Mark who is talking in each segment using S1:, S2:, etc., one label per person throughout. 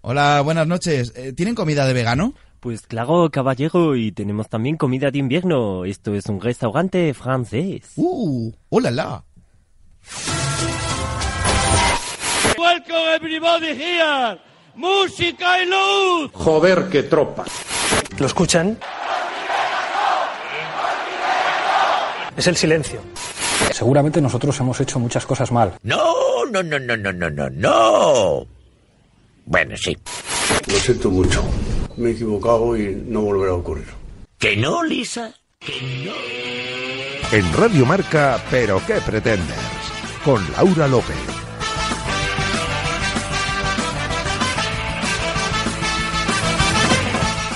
S1: Hola, buenas noches. Eh, ¿Tienen comida de vegano?
S2: Pues claro, caballero, y tenemos también comida de invierno. Esto es un restaurante francés.
S1: ¡Uh! ¡Hola, la!
S3: Welcome everybody here. Música y luz.
S4: Joder, qué tropa.
S5: ¿Lo escuchan? Es el silencio.
S6: Seguramente nosotros hemos hecho muchas cosas mal.
S7: No, no, no, no, no, no, no, no. Bueno, sí.
S8: Lo siento mucho. Me he equivocado y no volverá a ocurrir.
S7: ¿Que no, Lisa? ¿Que no?
S9: En Radio Marca, pero qué pretendes, con Laura López.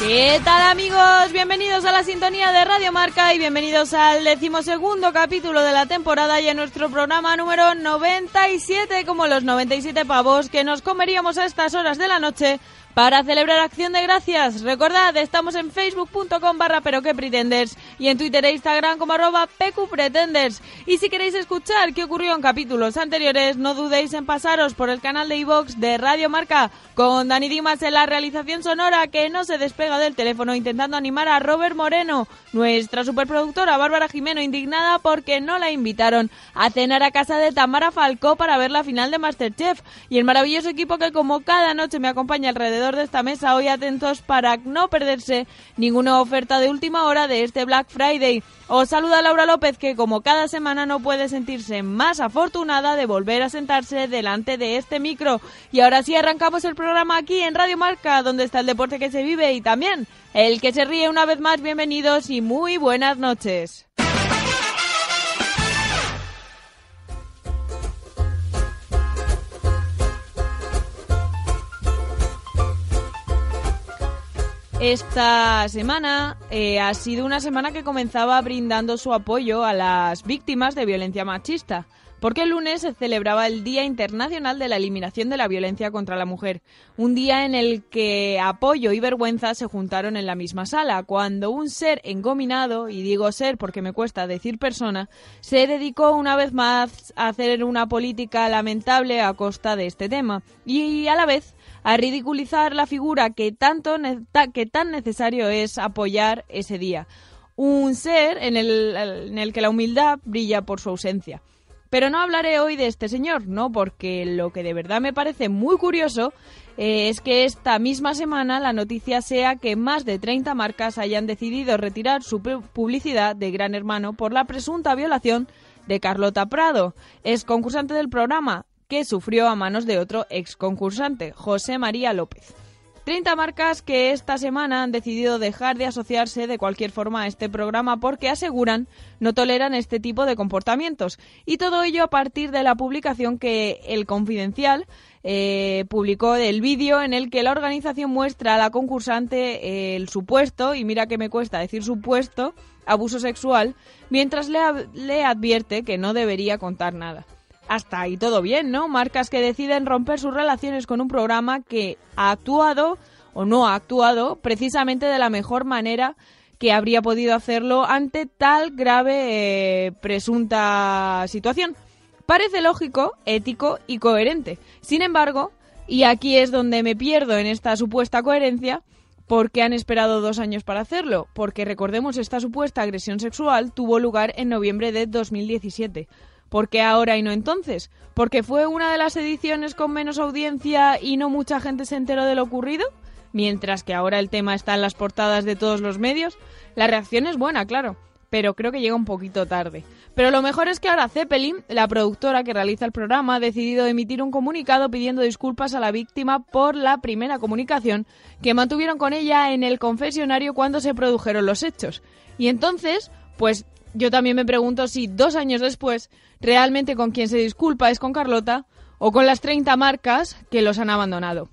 S10: ¿Qué tal amigos? Bienvenidos a la sintonía de Radio Marca y bienvenidos al decimosegundo capítulo de la temporada y a nuestro programa número 97, como los 97 pavos que nos comeríamos a estas horas de la noche para celebrar Acción de Gracias. Recordad, estamos en facebook.com barra pero que pretenders y en Twitter e Instagram como arroba pqpretenders. Y si queréis escuchar qué ocurrió en capítulos anteriores, no dudéis en pasaros por el canal de iVox de Radio Marca con Dani Dimas en la realización sonora que no se despega del teléfono intentando animar a Robert Moreno, nuestra superproductora Bárbara Jimeno indignada porque no la invitaron a cenar a casa de Tamara Falcó para ver la final de Masterchef y el maravilloso equipo que como cada noche me acompaña alrededor de esta mesa hoy atentos para no perderse ninguna oferta de última hora de este Black Friday. Os saluda Laura López que como cada semana no puede sentirse más afortunada de volver a sentarse delante de este micro. Y ahora sí arrancamos el programa aquí en Radio Marca donde está el deporte que se vive y también el que se ríe una vez más. Bienvenidos y muy buenas noches. Esta semana eh, ha sido una semana que comenzaba brindando su apoyo a las víctimas de violencia machista, porque el lunes se celebraba el Día Internacional de la Eliminación de la Violencia contra la Mujer, un día en el que apoyo y vergüenza se juntaron en la misma sala, cuando un ser engominado, y digo ser porque me cuesta decir persona, se dedicó una vez más a hacer una política lamentable a costa de este tema, y a la vez a ridiculizar la figura que, tanto que tan necesario es apoyar ese día. Un ser en el, en el que la humildad brilla por su ausencia. Pero no hablaré hoy de este señor, ¿no? Porque lo que de verdad me parece muy curioso eh, es que esta misma semana la noticia sea que más de 30 marcas hayan decidido retirar su publicidad de Gran Hermano por la presunta violación de Carlota Prado, es concursante del programa, que sufrió a manos de otro ex concursante, José María López. 30 marcas que esta semana han decidido dejar de asociarse de cualquier forma a este programa porque aseguran no toleran este tipo de comportamientos. Y todo ello a partir de la publicación que El Confidencial eh, publicó del vídeo en el que la organización muestra a la concursante eh, el supuesto, y mira que me cuesta decir supuesto, abuso sexual, mientras le, le advierte que no debería contar nada. Hasta ahí todo bien, ¿no? Marcas que deciden romper sus relaciones con un programa que ha actuado o no ha actuado precisamente de la mejor manera que habría podido hacerlo ante tal grave eh, presunta situación. Parece lógico, ético y coherente. Sin embargo, y aquí es donde me pierdo en esta supuesta coherencia, ¿Por qué han esperado dos años para hacerlo? Porque recordemos esta supuesta agresión sexual tuvo lugar en noviembre de 2017. ¿Por qué ahora y no entonces? ¿Porque fue una de las ediciones con menos audiencia y no mucha gente se enteró de lo ocurrido? Mientras que ahora el tema está en las portadas de todos los medios, la reacción es buena, claro, pero creo que llega un poquito tarde. Pero lo mejor es que ahora Zeppelin, la productora que realiza el programa, ha decidido emitir un comunicado pidiendo disculpas a la víctima por la primera comunicación que mantuvieron con ella en el confesionario cuando se produjeron los hechos. Y entonces, pues yo también me pregunto si dos años después realmente con quien se disculpa es con Carlota o con las 30 marcas que los han abandonado.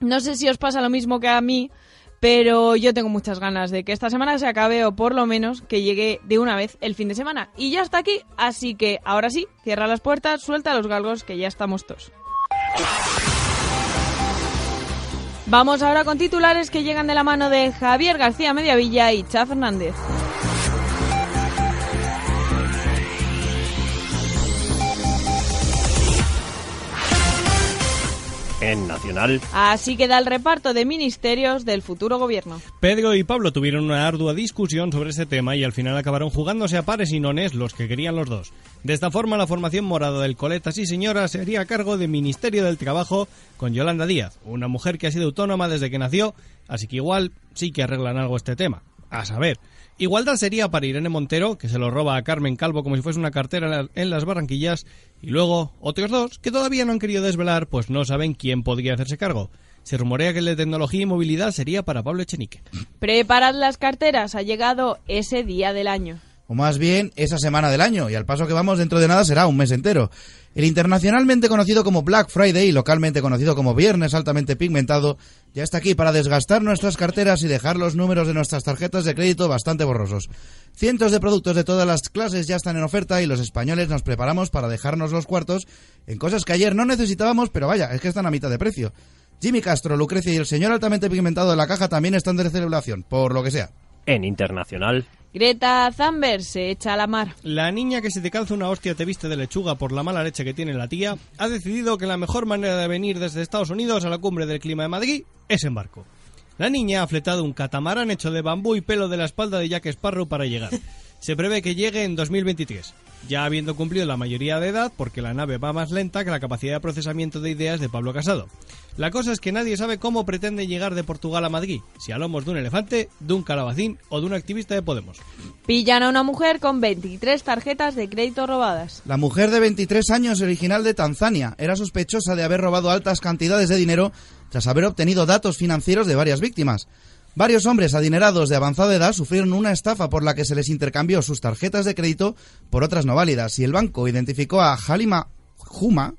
S10: No sé si os pasa lo mismo que a mí, pero yo tengo muchas ganas de que esta semana se acabe o por lo menos que llegue de una vez el fin de semana. Y ya está aquí, así que ahora sí, cierra las puertas, suelta los galgos que ya estamos todos. Vamos ahora con titulares que llegan de la mano de Javier García Mediavilla y Cha Fernández.
S2: origen nacional.
S10: Así queda el reparto de ministerios del futuro gobierno.
S4: Pedro y Pablo tuvieron una ardua discusión sobre este tema y al final acabaron jugándose a pares y nones los que querían los dos. De esta forma, la formación morada del Coletas y Señora se haría cargo de Ministerio del Trabajo con Yolanda Díaz, una mujer que ha sido autónoma desde que nació, así que igual sí que arreglan algo este tema. A saber. Igualdad sería para Irene Montero, que se lo roba a Carmen Calvo como si fuese una cartera en la- en las Barranquillas, y luego otros dos que todavía no han querido desvelar, pues no saben quién podría hacerse cargo. Se rumorea que el de tecnología y movilidad sería para Pablo Echenique.
S10: Preparad las carteras, ha llegado ese día del año.
S1: O más bien, esa semana del año, y al paso que vamos dentro de nada será un mes entero. El internacionalmente conocido como Black Friday y localmente conocido como Viernes altamente pigmentado ya está aquí para desgastar nuestras carteras y dejar los números de nuestras tarjetas de crédito bastante borrosos. Cientos de productos de todas las clases ya están en oferta y los españoles nos preparamos para dejarnos los cuartos en cosas que ayer no necesitábamos, pero vaya, es que están a mitad de precio. Jimmy Castro, Lucrecia y el señor altamente pigmentado de la caja también están de celebración, por lo que sea.
S2: En internacional.
S10: Greta Thunberg se echa a la mar.
S4: La niña que se te calza una hostia te viste de lechuga por la mala leche que tiene la tía ha decidido que la mejor manera de venir desde Estados Unidos a la cumbre del clima de Madrid es en barco. La niña ha fletado un catamarán hecho de bambú y pelo de la espalda de Jack Sparrow para llegar. Se prevé que llegue en 2023, ya habiendo cumplido la mayoría de edad porque la nave va más lenta que la capacidad de procesamiento de ideas de Pablo Casado. La cosa es que nadie sabe cómo pretende llegar de Portugal a Madrid, si a lomos de un elefante, de un calabacín o de un activista de Podemos.
S10: Pillan a una mujer con 23 tarjetas de crédito robadas.
S1: La mujer de 23 años, original de Tanzania, era sospechosa de haber robado altas cantidades de dinero tras haber obtenido datos financieros de varias víctimas. Varios hombres adinerados de avanzada edad sufrieron una estafa por la que se les intercambió sus tarjetas de crédito por otras no válidas y el banco identificó a Halima Juma,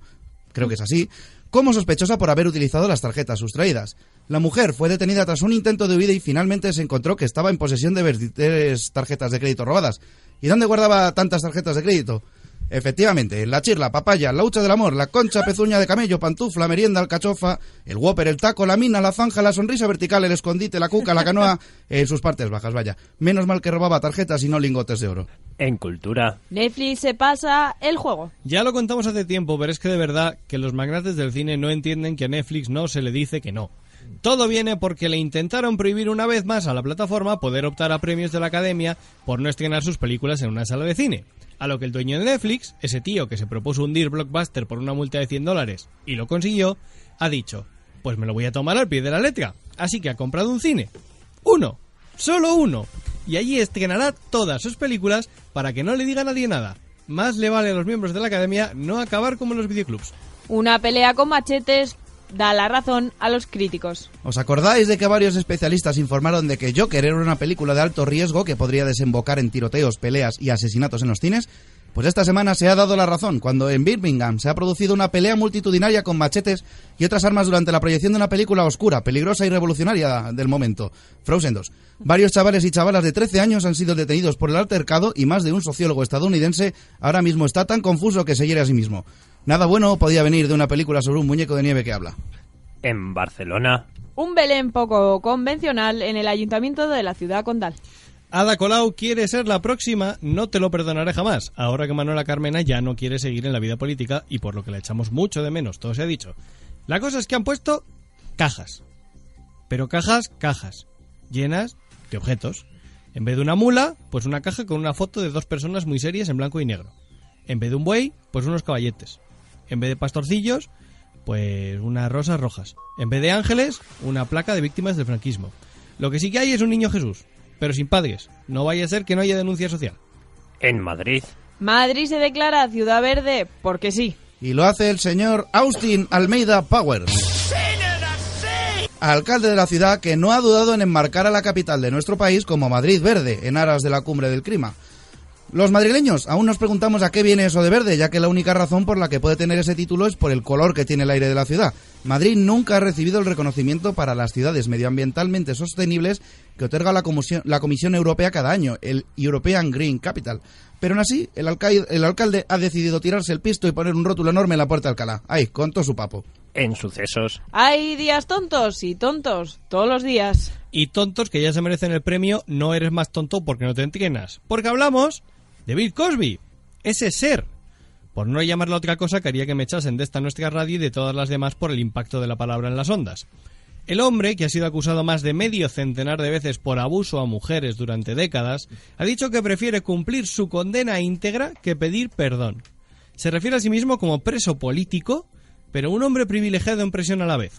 S1: creo que es así, como sospechosa por haber utilizado las tarjetas sustraídas. La mujer fue detenida tras un intento de huida y finalmente se encontró que estaba en posesión de 23 tarjetas de crédito robadas. ¿Y dónde guardaba tantas tarjetas de crédito? Efectivamente, la chirla, papaya, la hucha del amor, la concha, pezuña de camello, pantufla, merienda, alcachofa, el whopper, el taco, la mina, la zanja, la sonrisa vertical, el escondite, la cuca, la canoa, en sus partes bajas, vaya. Menos mal que robaba tarjetas y no lingotes de oro.
S2: En cultura.
S10: Netflix se pasa el juego.
S4: Ya lo contamos hace tiempo, pero es que de verdad que los magnates del cine no entienden que a Netflix no se le dice que no. Todo viene porque le intentaron prohibir una vez más a la plataforma poder optar a premios de la academia por no estrenar sus películas en una sala de cine. A lo que el dueño de Netflix, ese tío que se propuso hundir Blockbuster por una multa de 100 dólares y lo consiguió, ha dicho, pues me lo voy a tomar al pie de la letra. Así que ha comprado un cine. Uno. Solo uno. Y allí estrenará todas sus películas para que no le diga a nadie nada. Más le vale a los miembros de la academia no acabar como en los videoclubs.
S10: Una pelea con machetes da la razón a los críticos.
S1: ¿Os acordáis de que varios especialistas informaron de que Joker era una película de alto riesgo que podría desembocar en tiroteos, peleas y asesinatos en los cines? Pues esta semana se ha dado la razón cuando en Birmingham se ha producido una pelea multitudinaria con machetes y otras armas durante la proyección de una película oscura, peligrosa y revolucionaria del momento, Frozen 2. Varios chavales y chavalas de 13 años han sido detenidos por el altercado y más de un sociólogo estadounidense ahora mismo está tan confuso que se hiere a sí mismo. Nada bueno podía venir de una película sobre un muñeco de nieve que habla.
S2: En Barcelona.
S10: Un Belén poco convencional en el ayuntamiento de la ciudad condal.
S4: Ada Colau quiere ser la próxima, no te lo perdonaré jamás. Ahora que Manuela Carmena ya no quiere seguir en la vida política y por lo que la echamos mucho de menos, todo se ha dicho. La cosa es que han puesto cajas. Pero cajas, cajas. Llenas de objetos. En vez de una mula, pues una caja con una foto de dos personas muy serias en blanco y negro. En vez de un buey, pues unos caballetes. En vez de pastorcillos, pues unas rosas rojas. En vez de ángeles, una placa de víctimas del franquismo. Lo que sí que hay es un niño Jesús, pero sin padres. No vaya a ser que no haya denuncia social.
S2: En Madrid.
S10: Madrid se declara ciudad verde porque sí.
S1: Y lo hace el señor Austin Almeida Powers. Alcalde de la ciudad que no ha dudado en enmarcar a la capital de nuestro país como Madrid Verde, en aras de la cumbre del clima. Los madrileños aún nos preguntamos a qué viene eso de verde, ya que la única razón por la que puede tener ese título es por el color que tiene el aire de la ciudad. Madrid nunca ha recibido el reconocimiento para las ciudades medioambientalmente sostenibles que otorga la Comisión, la Comisión Europea cada año, el European Green Capital. Pero aún así, el, alcai- el alcalde ha decidido tirarse el pisto y poner un rótulo enorme en la puerta de Alcalá. Ahí, con todo su papo.
S2: En sucesos.
S10: Hay días tontos y tontos todos los días.
S4: Y tontos que ya se merecen el premio, no eres más tonto porque no te entrenas. Porque hablamos de Bill Cosby, ese ser. por no llamarla otra cosa, quería que me echasen de esta nuestra radio y de todas las demás por el impacto de la palabra en las ondas. El hombre, que ha sido acusado más de medio centenar de veces por abuso a mujeres durante décadas, ha dicho que prefiere cumplir su condena íntegra que pedir perdón. Se refiere a sí mismo como preso político, pero un hombre privilegiado en prisión a la vez.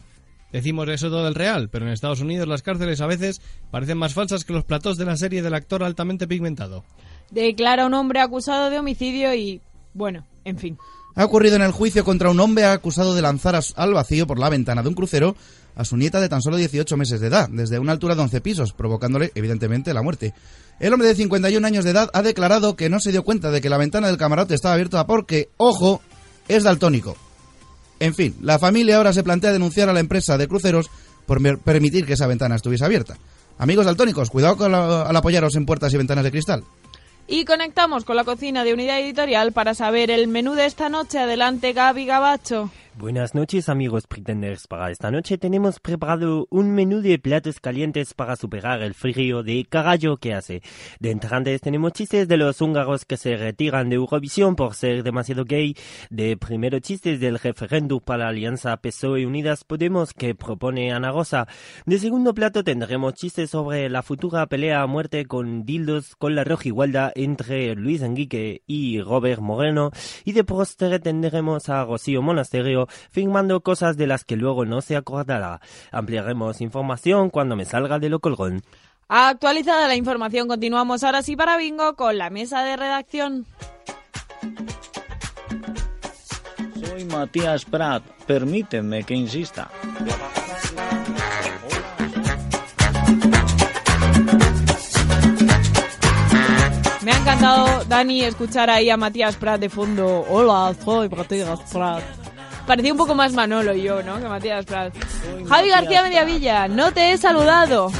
S4: Decimos eso todo el real, pero en Estados Unidos las cárceles a veces parecen más falsas que los platós de la serie del actor altamente pigmentado.
S10: Declara un hombre acusado de homicidio y, bueno, en fin.
S1: Ha ocurrido en el juicio contra un hombre acusado de lanzar a su- al vacío por la ventana de un crucero a su nieta de tan solo 18 meses de edad, desde una altura de 11 pisos, provocándole, evidentemente, la muerte. El hombre de 51 años de edad ha declarado que no se dio cuenta de que la ventana del camarote estaba abierta porque, ojo, es daltónico. En fin, la familia ahora se plantea denunciar a la empresa de cruceros por mer- permitir que esa ventana estuviese abierta. Amigos daltónicos, cuidado con la- al apoyaros en puertas y ventanas de cristal.
S10: Y conectamos con la cocina de Unidad Editorial para saber el menú de esta noche. Adelante, Gaby Gabacho.
S2: Buenas noches amigos pretenders. Para esta noche tenemos preparado un menú de platos calientes para superar el frío de carajo que hace. De entrantes tenemos chistes de los húngaros que se retiran de Eurovisión por ser demasiado gay. De primero chistes del referéndum para la alianza PSOE E Unidas Podemos que propone Ana Rosa. De segundo plato tendremos chistes sobre la futura pelea a muerte con dildos con la roja igualda entre Luis Enrique y Robert Moreno. Y de postre tendremos a Rocío Monasterio firmando cosas de las que luego no se acordará. Ampliaremos información cuando me salga de lo colgón.
S10: Actualizada la información, continuamos ahora sí para Bingo con la mesa de redacción.
S11: Soy Matías Prat. Permíteme que insista.
S10: Me ha encantado, Dani, escuchar ahí a Matías Prat de fondo. Hola, soy Matías Prat. Parecía un poco más Manolo yo, ¿no? Que Matías Prat. Javi García Mediavilla, no te he saludado.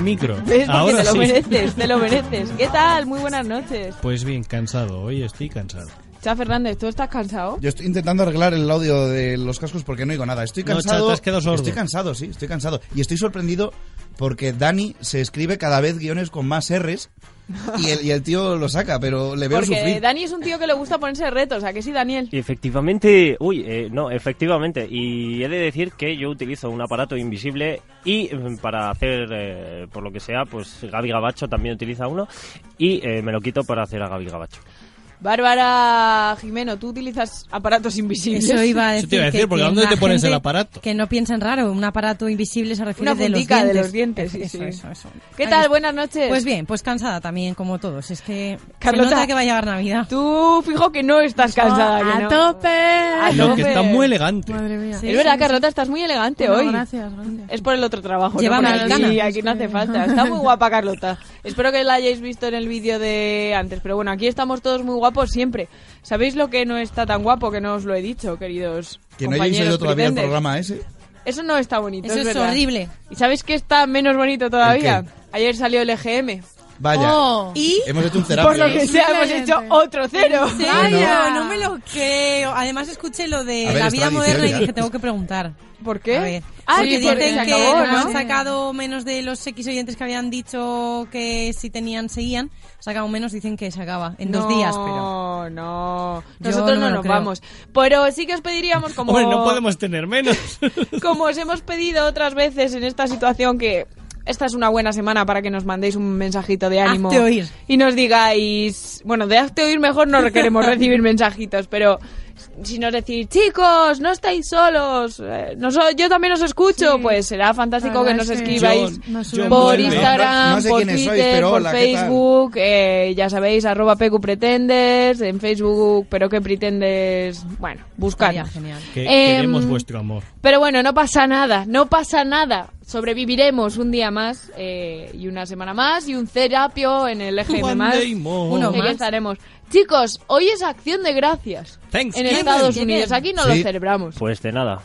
S4: Micro.
S10: ¿Ves? Porque
S4: Ahora
S10: te lo
S4: sí.
S10: mereces, te lo mereces. ¿Qué tal? Muy buenas noches.
S4: Pues bien, cansado. Hoy estoy cansado.
S10: Cha Fernández, ¿tú estás cansado?
S1: Yo estoy intentando arreglar el audio de los cascos porque no oigo nada. Estoy
S4: No,
S1: cansado.
S4: chat, te has quedado sordo.
S1: Estoy cansado, sí, estoy cansado. Y estoy sorprendido porque Dani se escribe cada vez guiones con más R's y el, y el tío lo saca, pero le veo
S10: Porque
S1: sufrir.
S10: Dani es un tío que le gusta ponerse retos, ¿a que sí, Daniel?
S2: Efectivamente, uy, eh, no, efectivamente. Y he de decir que yo utilizo un aparato invisible y mm, para hacer, eh, por lo que sea, pues Gaby Gabacho también utiliza uno y eh, me lo quito para hacer a Gaby Gabacho.
S10: Bárbara Jimeno, tú utilizas aparatos invisibles.
S12: Eso iba a decir.
S4: te iba a decir,
S12: que
S4: porque
S12: tiene
S4: ¿dónde te
S12: una
S4: pones el
S12: gente
S4: aparato?
S12: Que no piensan raro, un aparato invisible se refiere
S10: Una
S12: de los
S10: puntica
S12: dientes.
S10: de los dientes, sí,
S12: Eso,
S10: sí.
S12: eso, eso.
S10: ¿Qué
S12: Ahí
S10: tal?
S12: está.
S10: Buenas noches.
S12: Pues bien, pues cansada también, como todos. Es que
S10: Carlota,
S12: se nota que va a llegar Navidad.
S10: Tú, fijo que no estás cansada. que no. A
S4: Lo Ah, que
S10: tope.
S4: está muy elegante.
S12: Sí,
S10: es verdad,
S12: sí,
S10: Carlota, estás muy elegante
S12: Bueno,
S10: hoy.
S12: gracias,
S10: Es por el otro trabajo.
S12: Lleva
S10: ¿no? Por aquí-
S12: americanas.
S10: aquí no hace falta. Está muy guapa Carlota. Espero que la hayáis visto en el vídeo de antes. Pero bueno, aquí estamos todos muy guapos siempre. ¿Sabéis lo que no está tan guapo? Que no os lo he dicho, queridos
S1: Que no hayáis
S10: compañeros
S1: oído todavía el
S10: pretenders.
S1: programa ese.
S10: Eso no está bonito.
S12: Eso es
S10: verdad.
S12: horrible.
S10: ¿Y sabéis qué está menos bonito
S1: ¿El
S10: todavía?
S1: qué?
S10: Ayer salió el EGM.
S1: Vaya.
S10: Oh.
S12: Y
S1: Hemos hecho un
S10: Por
S1: terapia.
S10: lo que sea, hemos hecho otro cero.
S12: Vaya, no me lo creo. Además escuché lo de
S1: Ah, A ver,
S12: la
S1: es
S12: vida moderna y
S1: tradición ya.
S12: dije tengo que preguntar.
S10: ¿Por
S12: A ver.
S10: qué?
S12: Ah,
S10: que
S12: que dicen
S10: se
S12: que
S10: acabó,
S12: como han
S10: ¿no?
S12: sacado menos de los X oyentes que habían dicho que si tenían seguían, sacaban menos, dicen que se acaba en dos días, pero
S10: No, no.
S12: Yo
S10: Nosotros
S12: no
S10: no,
S12: me lo
S10: nos
S12: creo.
S10: vamos. Pero sí que os pediríamos, como,
S4: Hombre, no podemos tener menos.
S10: como os hemos pedido otras veces en esta situación, que esta es una buena semana para que nos mandéis un mensajito de ánimo.
S12: Hazte oír.
S10: Y nos digáis. Bueno, de hazte oír mejor no queremos recibir mensajitos, pero. Si nos decís, chicos, no estáis solos, eh, no so- yo también os escucho, pues será fantástico que nos escribáis
S4: John, nos John
S10: por
S4: vuelve.
S10: Instagram,
S1: No- no sé
S10: por
S1: quiénes sois,
S10: Twitter,
S1: pero
S10: por
S1: hola, ¿qué tal?
S10: Facebook. Facebook, eh, ya sabéis, arroba pqpretenders, en Facebook, pero que pretendes, bueno, buscar.
S12: Estaría genial.
S4: Que
S10: Em,
S4: queremos vuestro amor.
S10: Pero bueno, no pasa nada, no pasa nada. Sobreviviremos un día más eh, y una semana más y un terapio en el EGM
S4: One
S10: más.
S4: day more.
S12: Uno
S10: Aquí
S12: más.
S10: estaremos. Chicos, hoy es acción de gracias. En
S4: Thanksgiving.
S10: Estados Unidos, aquí no lo
S1: Sí.
S10: celebramos.
S2: Pues de nada.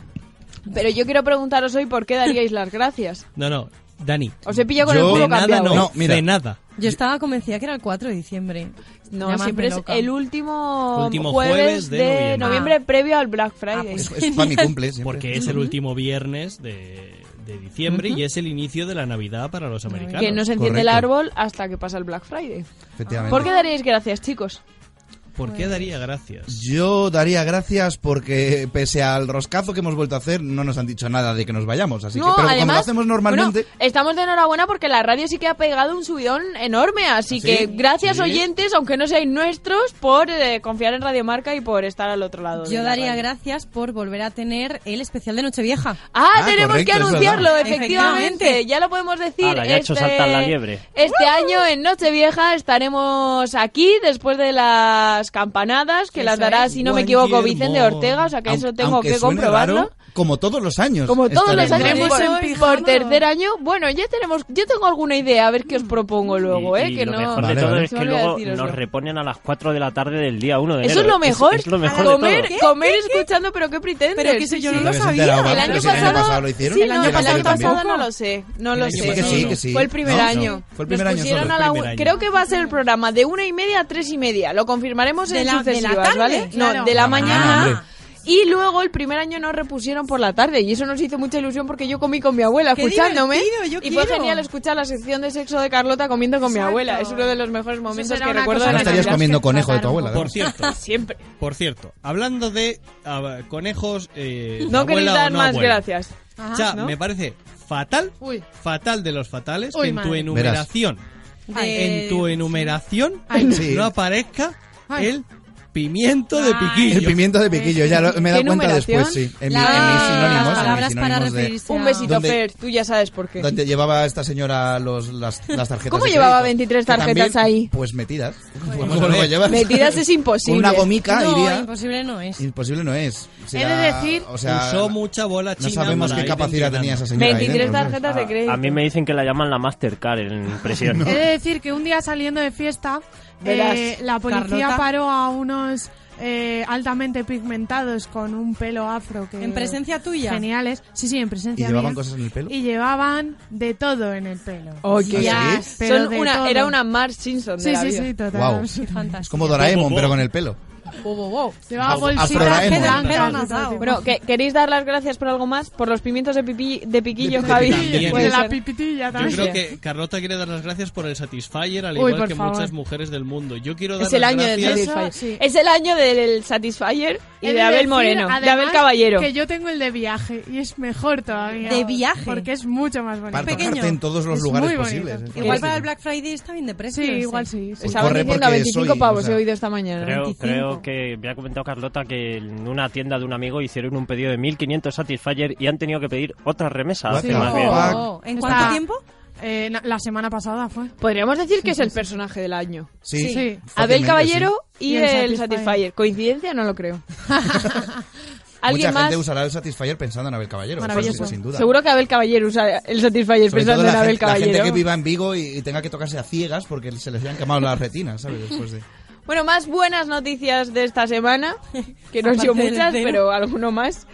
S10: Pero yo quiero preguntaros hoy por qué daríais las gracias.
S4: No, no. Dani.
S10: Os he pillado con el
S1: Yo-
S10: culo
S4: De
S1: poco
S4: nada,
S10: cambiado.
S4: no.
S1: No, mira.
S4: De nada.
S12: yo estaba convencida que era el 4 de diciembre.
S10: No,
S12: Llamadme
S10: siempre es
S12: loca. Ah.
S10: el último,
S4: Último
S10: jueves,
S4: jueves
S10: de,
S4: de
S10: noviembre,
S4: noviembre.
S10: previo al Black Friday.
S12: pues
S1: Es, es para mi cumple. siempre.
S4: Porque es el último viernes de, de diciembre y es el inicio de la Navidad para los americanos.
S10: que no se enciende el
S1: correcto.
S10: árbol hasta que pasa el Black Friday.
S1: Efectivamente.
S10: ¿Por qué daréis gracias, chicos?
S4: ¿Por qué daría gracias?
S1: Yo daría gracias porque, pese al roscazo que hemos vuelto a hacer, no nos han dicho nada de que nos vayamos. Así que,
S10: No,
S1: pero cuando lo
S10: además,
S1: hacemos normalmente.
S10: bueno, estamos de enhorabuena porque la radio sí que ha pegado un subidón enorme, así
S1: ¿Ah, ¿Sí?
S10: que gracias
S1: Sí.
S10: oyentes, aunque no seáis nuestros, por eh, confiar en Radio Marca y por estar al otro lado.
S12: Yo daría gracias por volver a tener el especial de Nochevieja.
S10: Ah, tenemos que anunciarlo, efectivamente. Ya lo podemos decir.
S2: Hala, ya ha hecho saltar la liebre.
S10: Este año en Nochevieja estaremos aquí después de las campanadas que las dará, si no me equivoco, Vicente Ortega. O sea que eso tengo
S1: aunque
S10: que
S1: suene
S10: comprobarlo.
S1: raro, como todos los años.
S10: Como todos los
S1: estaremos
S10: años
S1: ahí.
S10: por, por tercer año. Bueno, ya tenemos, yo tengo alguna idea, a ver qué os propongo luego, ¿eh?
S2: Y
S10: que
S2: lo
S10: no.
S2: mejor de
S1: Vale,
S2: todo
S1: vale.
S2: es
S10: Se
S2: que
S10: me olvidó
S2: luego
S10: deciroslo.
S2: nos reponen a las 4 de la tarde del día 1 de
S10: Eso es
S2: enero.
S10: lo mejor.
S2: Es, lo mejor de
S10: comer,
S2: todo.
S10: comer escuchando, pero qué pretendes.
S12: Pero que eso yo no
S10: Sí, sí.
S12: lo
S1: habías
S12: sabía.
S1: enterado, vale,
S10: El año
S1: pero si el año
S10: pasado,
S1: pasado lo hicieron.
S10: sí,
S1: El
S10: no,
S1: año
S10: el
S1: pasado
S10: año
S1: también.
S10: pasado no lo sé, no
S1: El
S10: lo
S1: año
S10: sé.
S1: pasado Sí, que sí.
S10: Fue el primer
S1: No, no.
S10: año.
S1: Fue el primer
S10: Nos
S1: año
S10: pusieron
S1: solo,
S10: a
S1: fue
S10: la
S1: el primer
S10: u-
S1: año.
S10: Creo que va a ser el programa de una y media a tres y media. Lo confirmaremos
S12: De
S10: en
S12: la- de la
S10: sucesivas,
S12: tarde,
S10: ¿vale?
S12: claro.
S10: No, de la
S12: Ah,
S10: mañana.
S12: hombre.
S10: Y luego el primer año nos repusieron por la tarde y eso nos hizo mucha ilusión porque yo comí con mi abuela
S12: Qué
S10: escuchándome
S12: divertido, yo
S10: y fue
S12: quiero.
S10: genial escuchar la sección de sexo de Carlota comiendo con mi
S12: Exacto.
S10: abuela. Es uno de los mejores momentos
S12: será
S10: que
S12: una
S10: recuerdo
S12: cosa
S10: de
S1: No
S10: la
S1: estarías
S10: Navidad.
S1: comiendo conejo de tu abuela. ¿no?
S4: Por cierto,
S10: Siempre.
S4: por cierto, hablando de ah, conejos, eh,
S10: No queréis
S4: abuela o
S10: dar
S4: no
S10: más
S4: abuela.
S10: gracias.
S4: O sea, me parece fatal,
S12: Uy.
S4: fatal de los fatales,
S12: Uy,
S4: que en tu
S12: madre.
S4: enumeración,
S12: De-
S10: Eh,
S4: en tu enumeración,
S12: Ay.
S1: Sí.
S4: no aparezca
S12: Ay.
S4: el pimiento de piquillo.
S1: El pimiento de piquillo, Pues ya lo- me he dado
S10: ¿Qué
S1: cuenta
S10: numeración?
S1: después, sí. En, mi-
S12: Las-
S1: en mis sinónimos, en mis
S12: las palabras para
S1: sinónimos de-
S12: referirse a-
S10: Un besito,
S1: ¿Dónde-
S10: Fer. Tú ya sabes por qué.
S1: donde llevaba esta señora los, las, las tarjetas.
S10: ¿Cómo
S1: de
S10: llevaba
S1: crédito?
S10: 23
S1: Que también,
S10: tarjetas ahí?
S1: Pues metidas. ¿Cómo
S4: Bueno,
S1: lo
S4: eh.
S1: llevas?
S10: Metidas es imposible.
S1: Con una gomica
S12: No,
S1: iría.
S12: imposible no es.
S1: Imposible no es.
S12: de decir-
S1: o sea,
S4: Usó mucha bola
S1: no
S4: china. ¿eh?
S1: sabemos
S4: para
S1: qué
S4: ir
S1: capacidad tenía esa
S4: entrenando.
S1: señora. ¿eh? ahí
S10: 23
S1: dentro, ¿no?
S10: tarjetas de crédito.
S2: A mí me dicen que la llaman la Mastercard en presión.
S13: He de decir que un día saliendo de fiesta,
S10: Verás,
S13: eh, la policía
S12: Carlota.
S13: paró a unos eh, altamente pigmentados con un pelo afro que
S12: ¿En presencia tuya?
S13: geniales. Sí, sí, en presencia
S1: ¿Y llevaban
S13: mía.
S1: cosas en el pelo?
S13: Y llevaban de todo en el pelo.
S10: Oh,
S1: ¿Ah,
S10: qué
S1: sí?
S10: ya.
S13: Pero
S10: Son
S13: de
S10: una,
S13: todo.
S10: era una Mar Simpson de
S13: Sí,
S10: la
S13: sí,
S10: vida.
S13: sí, total.
S1: Guau.
S12: Qué fantástico.
S1: Es como Doraemon, pero con el pelo.
S12: Wow, wow, wow.
S13: Llevaba
S1: Afro-
S13: bolsitas
S1: Afroraemon.
S12: Pero
S13: blancas.
S12: anotado.
S13: tipo.
S10: Bueno, ¿que- ¿queréis dar las gracias por algo más? Por los pimientos de, pipi, de piquillo,
S1: De
S10: Javi.
S4: piquillo también.
S13: Y
S10: Puede
S13: de la
S10: ser.
S13: pipitilla
S4: Yo
S13: también.
S4: creo que Carlota quiere dar las gracias por el Satisfyer, al
S13: Uy,
S4: igual
S13: por
S4: que
S13: favor.
S4: muchas mujeres del mundo. Yo quiero dar
S10: Es el
S4: las
S10: año del
S4: gracias.
S13: Satisfyer.
S10: Satisfyer.
S13: sí.
S10: Es el año del Satisfyer y
S13: He
S10: de,
S13: de
S10: Abel
S13: decir,
S10: Moreno, de
S13: además,
S10: Abel Caballero.
S13: Que yo tengo el de viaje y es mejor todavía.
S12: ¿De viaje?
S13: Porque es mucho más bonito.
S1: Para
S12: Pequeño.
S1: tocarte en todos los
S13: Es
S1: lugares
S13: muy bonito.
S1: posibles. es
S12: Igual para
S1: fantástico.
S12: el Black Friday está bien de
S13: Sí,
S12: precio. ese.
S13: igual sí. sí.
S10: Estaban
S1: Pues corre
S10: diciendo a
S1: porque
S10: 25
S1: soy,
S10: pavos,
S1: o sea,
S10: he oído esta mañana.
S2: Creo,
S12: 25.
S2: creo que me ha comentado Carlota que en una tienda de un amigo hicieron un pedido de 1500 Satisfyer y han tenido que pedir otra remesa.
S1: What
S2: hace
S1: the
S2: más
S1: fuck?
S2: bien.
S12: Oh, ¿En cuánto
S13: Está-
S12: tiempo?
S13: Eh, na- la semana pasada fue.
S10: Podríamos decir que es el personaje del año.
S1: Sí.
S13: Sí.
S10: Abel
S1: fácilmente,
S10: Caballero y,
S13: Y el
S10: el, Satisfyer.
S13: Satisfyer.
S10: ¿Coincidencia? No lo creo.
S1: sí.
S10: ¿Alguien
S1: Mucha
S10: más?
S1: gente usará el Satisfyer pensando en Abel Caballero. eso
S13: Maravilloso.
S1: sin duda.
S10: Seguro que Abel Caballero usa el Satisfyer
S1: Sobre todo
S10: pensando
S1: la,
S10: en
S1: gente,
S10: Abel
S1: la gente
S10: Caballero.
S1: que viva en Vigo y, y tenga que tocarse a ciegas porque se les habían quemado las retinas, ¿sabes? Después de...
S10: Bueno, más buenas noticias de esta semana, que no han sido
S12: Aparte del
S10: muchas,
S12: cero.
S10: pero alguno más.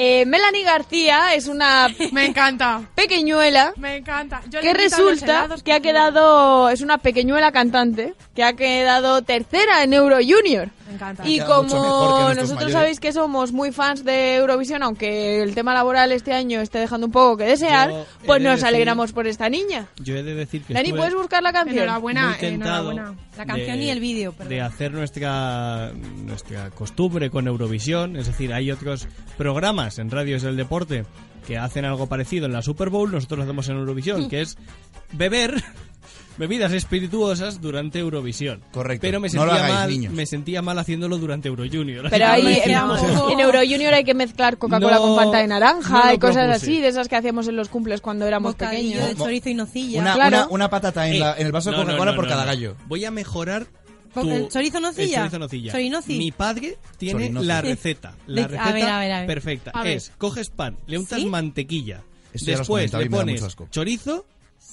S10: Eh, Melanie García es una
S13: Me encanta.
S10: pequeñuela
S13: Me encanta. Yo le
S10: que
S13: invito a los
S10: resulta
S13: helados
S10: que ha quedado, es una pequeñuela cantante que ha quedado tercera en Euro Junior.
S13: Me encanta.
S10: Y
S1: Ha quedado mucho mejor que
S10: como
S1: nuestros
S10: nosotros
S1: mayores.
S10: sabéis que somos muy fans de Eurovisión, aunque el tema laboral este año esté dejando un poco que desear,
S4: Yo he
S10: pues
S4: de
S10: nos
S4: decir-
S10: alegramos por esta niña.
S4: Yo he de decir que
S10: Dani,
S4: estuve-
S10: ¿puedes buscar la canción?
S13: Enhorabuena,
S4: muy tentado
S13: enhorabuena.
S12: La canción
S4: de-
S12: y el vídeo, perdón.
S4: de hacer nuestra nuestra costumbre con Eurovisión, es decir, hay otros programas en radios del deporte que hacen algo parecido en la Super Bowl, nosotros lo hacemos en Eurovisión, que es beber bebidas espirituosas durante Eurovisión.
S1: Correcto.
S4: Pero me
S1: No
S4: sentía
S1: lo hagáis,
S4: mal,
S1: niños.
S4: me sentía mal haciéndolo durante Euro Junior.
S10: Pero ahí
S12: Hombre,
S10: en,
S12: vamos.
S10: en Euro Junior hay que mezclar Coca-Cola
S4: No,
S10: con Fanta de naranja
S4: no lo
S10: y cosas
S4: propuse.
S10: así, de esas que hacíamos en los cumples cuando éramos
S12: Bocadillo
S10: pequeños.
S12: de chorizo y nocilla.
S1: Una,
S10: claro.
S1: una, una patata en, la- en el vaso de
S4: Eh, No, no,
S1: Coca-Cola
S4: no,
S1: por
S4: no,
S1: cada
S4: no.
S1: gallo.
S4: Voy a mejorar
S12: Por-
S4: tu-
S12: el chorizo nocilla.
S4: el chorizo nocilla.
S12: Chorinoci.
S4: Mi padre tiene
S1: Chorinoci.
S4: la receta. La
S12: De- a
S4: receta
S12: ver, a ver, a ver.
S4: perfecta.
S13: A ver.
S4: Es, coges pan, le untas
S12: ¿Sí?
S4: mantequilla.
S1: Esto ya lo has
S4: después
S1: comentado
S4: le
S1: y me da
S4: pones
S1: mucho asco.
S4: chorizo,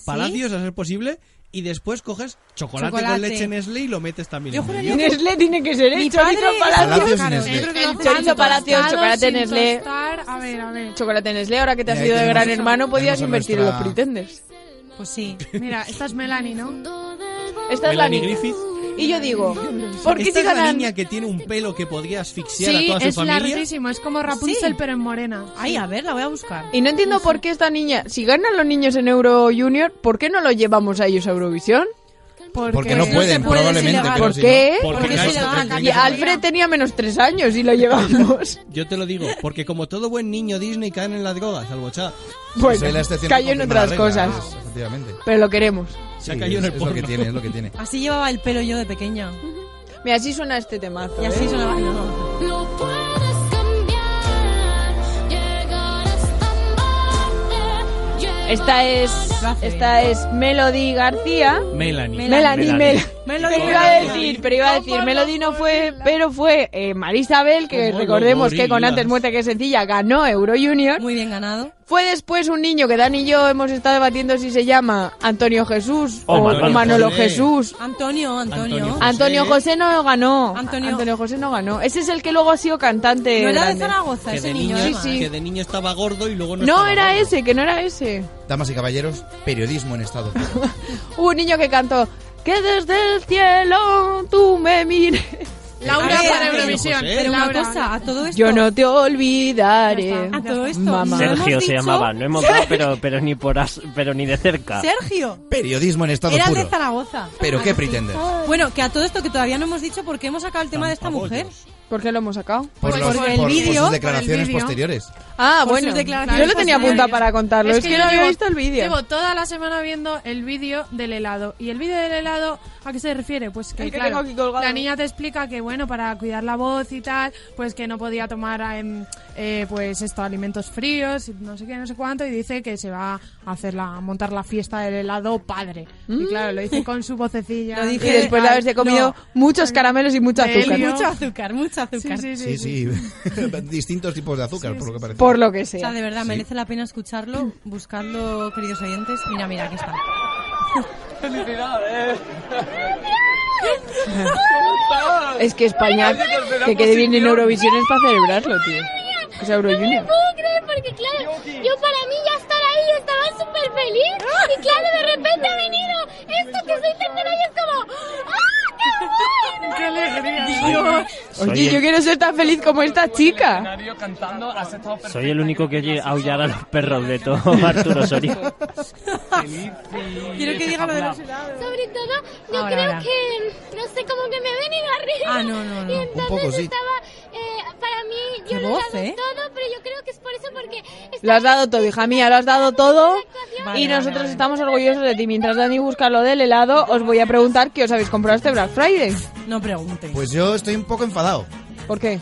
S4: palacios a ser posible, y después coges chocolate,
S12: Chocolate.
S4: con leche Nestlé y lo metes también
S12: Yo
S4: en
S12: juraría
S4: medio.
S10: Nestlé tiene que ser
S12: Mi
S10: el chorizo
S12: padre-
S1: Palacios
S10: palacio.
S1: sin
S13: Yo creo
S1: Nestlé.
S10: El
S13: que lo
S10: chorizo
S13: hacen
S10: palacio,
S13: tostado,
S10: chocolate
S13: sin
S10: Nestlé.
S13: tostar. A ver, a ver.
S10: Chocolate Nestlé, ahora que te has
S1: Mira,
S10: ido
S1: ahí
S10: de
S1: tenemos
S10: gran
S1: a-
S10: hermano, podías
S1: tenemos a
S10: invertir en
S1: nuestra-
S10: los pretenders.
S12: Pues sí.
S13: Mira, esta es Melanie, ¿no?
S10: Esta es la
S4: Melanie
S10: niña.
S4: Griffith.
S10: Y yo digo, ¿por qué
S4: Esta
S10: si
S4: es la
S10: ganan?
S4: niña que tiene un pelo que podría asfixiar a
S13: Sí,
S4: toda su
S13: es
S4: familia.
S13: larguísimo. Es como Rapunzel,
S12: Sí.
S13: pero en morena.
S12: Ay, a ver, la voy a buscar.
S10: Y no entiendo por qué esta niña, si ganan los niños en Euro Junior, ¿por qué no los llevamos a ellos a Eurovisión?
S13: Porque,
S1: Porque no pueden,
S13: puede, es
S1: probablemente,
S13: ilegal.
S1: pero
S10: ¿Por
S1: si
S10: qué?
S1: no-
S4: Porque
S10: Porque
S4: es
S10: es
S4: ilegal.
S10: ilegal. Y Alfred tenía menos tres años y lo llevamos.
S4: Yo te lo digo, porque como todo buen niño Disney caen en las drogas, al bochá.
S10: Bueno, Soy la excepción que Pues cayó en confirma la otras regla, cosas. es-
S1: efectivamente.
S10: Pero lo queremos.
S4: Se ha caído en el
S1: es lo que
S4: porno.
S1: tiene, es lo que tiene.
S10: Así llevaba el pelo yo de pequeña. Mira, así suena este temazo.
S12: Y así
S10: ¿eh?
S12: sonaba yo.
S14: No puedes cambiar, llegar hasta amarte, llegar
S15: Esta es, esta es Melody García.
S4: Melanie.
S15: Melanie, Mel-
S10: Melody.
S15: Pero iba a decir, pero iba a decir, Melody no fue, pero fue eh, Marisabel, que
S10: Como
S15: recordemos
S10: los
S15: que con
S10: gorilas.
S15: Antes Muerta que Sencilla ganó Euro Junior.
S12: Muy bien ganado.
S10: Fue después un niño que Dan y yo hemos estado debatiendo si se llama Antonio Jesús
S15: O
S10: o,
S15: Manolo
S10: o Manolo
S15: José.
S10: Jesús.
S12: Antonio, Antonio.
S10: Antonio José. no ganó. Antonio. José no ganó. Ese es el que luego ha sido cantante.
S12: No era de
S10: grande.
S12: Zaragoza ese niño.
S10: Sí,
S4: además,
S10: sí.
S4: que de niño estaba gordo y luego no,
S10: No,
S4: estaba
S10: era
S4: gordo.
S10: ese, que no era ese.
S1: Damas y caballeros, periodismo en estado puro.
S10: Hubo un niño que cantó Que desde el cielo tú me mires.
S13: Laura
S12: A ver,
S13: para
S12: Antonio
S13: Eurovisión.
S12: José. Pero una
S13: Laura.
S12: cosa, a todo esto.
S10: Yo no te olvidaré.
S12: A todo esto.
S10: Mamá.
S2: Sergio se
S12: dicho-
S2: llamaba, no hemos dado, pero, pero ni por as- pero ni de cerca.
S12: Sergio.
S1: Periodismo en estado
S12: Era de
S1: puro.
S12: Zaragoza.
S1: Pero
S12: ¿A
S1: qué
S12: que sí?
S1: pretendes.
S12: Bueno, que a todo esto que todavía no hemos dicho por qué hemos sacado el tema de esta mujer.
S10: ¿Por qué lo hemos sacado?
S1: Por,
S12: Pues
S1: los-
S12: por el
S1: por- por
S12: vídeo, por
S1: sus
S12: el
S1: declaraciones
S12: vídeo.
S1: posteriores.
S10: Ah,
S12: Por
S10: bueno.
S12: sus declaraciones
S10: Yo lo tenía
S12: posteriores.
S10: apuntada para contarlo. Es, que,
S13: yo
S10: no había
S13: llevo-
S10: visto el vídeo.
S13: Llevo toda la semana viendo el vídeo del helado. ¿Y el vídeo del helado a qué se refiere? Pues que,
S10: El que
S13: claro,
S10: tengo aquí colgado.
S13: la niña te explica que, bueno, para cuidar la voz y tal, pues que no podía tomar, em, eh, pues esto, alimentos fríos, y no sé qué, no sé cuánto, y dice que se va a hacer la, a montar la fiesta del helado padre. Y claro, lo dice con su vocecilla.
S10: Mm. Lo dije- Y después de haberse comido muchos caramelos y mucho azúcar.
S12: Mucho azúcar, mucho azúcar.
S1: Sí, sí. Distintos tipos de azúcar, por lo que parece.
S12: O sea, de verdad,
S1: Sí.
S12: merece la pena escucharlo, buscarlo, queridos oyentes. Mira, mira, aquí está.
S14: ¡Felicidades!
S10: Es que España, que quede bien en Eurovisión es para celebrarlo, tío. Es Euro
S14: No
S10: Junior.
S14: puedo creer porque claro, yo para mí ya estar ahí estaba súper feliz
S13: Ah.
S14: y claro, de repente ha venido esto que soy tercera y es como ¡Ah, qué bueno!
S13: ¡Qué alegría!
S2: Soy
S10: Oye,
S2: el-
S10: yo quiero ser tan feliz como esta chica.
S16: cantando, has estado
S2: Soy el único que oye aullar a los perros de todo Arturo Soria.
S12: Quiero que diga lo de los
S14: Sobre todo, yo
S12: Ahora,
S14: creo
S12: ahora.
S14: que, no sé, como que me he venido arriba.
S12: Ah, no, no, no.
S14: Y
S12: Un
S14: entonces
S10: poco, sí.
S14: estaba, eh, para mí,
S10: Qué
S14: yo lo he
S10: voz,
S14: dado
S10: ¿eh?
S14: todo, pero yo creo que es por eso, porque
S10: Lo has dado todo, hija mía, lo has dado todo.
S14: Vale,
S10: y
S14: vale,
S10: nosotros estamos orgullosos de ti. Mientras Dani busca lo del helado, os voy a preguntar qué os habéis comprado este Black Friday.
S12: No preguntes.
S1: Pues yo estoy un poco enfadado.
S10: ¿Por qué?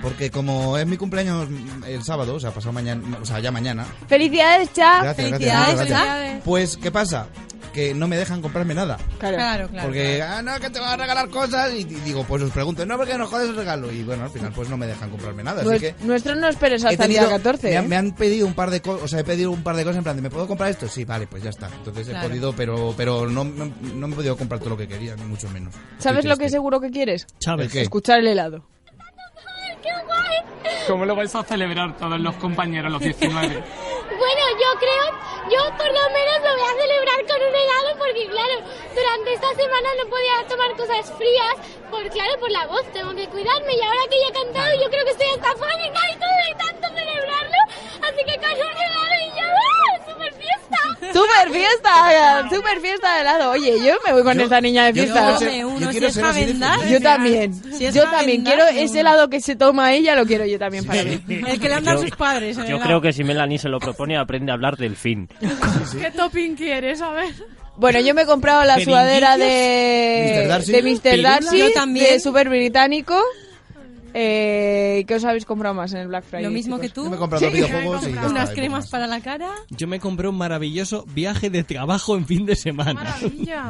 S1: Porque como es mi cumpleaños mm, el sábado, o sea, pasado mañana, o sea, ya mañana.
S10: Felicidades, cha.
S1: Gracias, gracias, gracias, gracias. Pues, ¿qué pasa? Que no me dejan comprarme nada.
S10: Claro,
S12: claro. claro.
S1: Porque, ah, no, que te van a regalar cosas. Y, y digo, pues os pregunto, no, porque no jodes el regalo. Y bueno, al final, pues no me dejan comprarme nada. Así
S10: Nues-
S1: que.
S10: Nuestro no esperes Pues, hasta
S1: he
S10: el día
S1: tenido-
S10: 14.
S1: me,
S10: ¿eh?
S1: han, me han pedido un par de cosas, o sea, he pedido un par de cosas en plan de, ¿me puedo comprar esto? Sí, vale, pues ya está. Entonces
S10: Claro.
S1: he podido, pero pero no, no, no me he podido comprar todo lo que quería, ni mucho menos.
S10: ¿Sabes
S1: Estoy
S10: lo que
S1: triste.
S10: seguro que quieres?
S1: ¿El qué?
S10: Escuchar el helado.
S14: ¡Qué guay!
S16: ¿Cómo lo vais a celebrar todos los compañeros, los 19?
S14: Bueno, yo creo, yo por lo menos lo voy a celebrar con un helado porque claro, durante esta semana no podía tomar cosas frías, por claro, por la voz tengo que cuidarme y ahora que ya he cantado yo creo que estoy hasta fábrica y todo y tanto celebrarlo, así que cayó un helado y yo, ¡ah! ¡Super fiesta!
S10: ¡Super fiesta! ¡Super fiesta de helado! Oye, yo me voy con esta niña de
S14: yo
S10: fiesta.
S14: quiero ser- Uno, yo quiero si es ser así de Javendar, feliz.
S10: Yo también.
S12: Si es
S10: yo también
S12: Javendar,
S10: quiero
S12: no.
S10: ese helado que se toma ella, lo quiero yo también para mí.
S12: El que le han dado sus padres.
S2: Yo creo que si Melanie se lo propone, aprende a hablar del fin.
S13: ¿Qué topping quieres? A ver.
S10: Bueno, yo me he comprado la
S2: ¿Berinjillos?
S10: sudadera
S2: ¿Mr.
S10: de
S2: Darcy?
S10: de Mr.
S2: ¿Pirula?
S10: Darcy,
S12: Yo también.
S10: de Super Británico. Eh, ¿Qué os habéis comprado más en el Black Friday?
S12: Lo mismo que
S10: chicos?
S12: tú.
S1: comprado dos videojuegos y ya está,
S12: Unas
S1: y poco
S12: cremas para la cara.
S4: Yo me compré un maravilloso viaje de trabajo en fin de semana.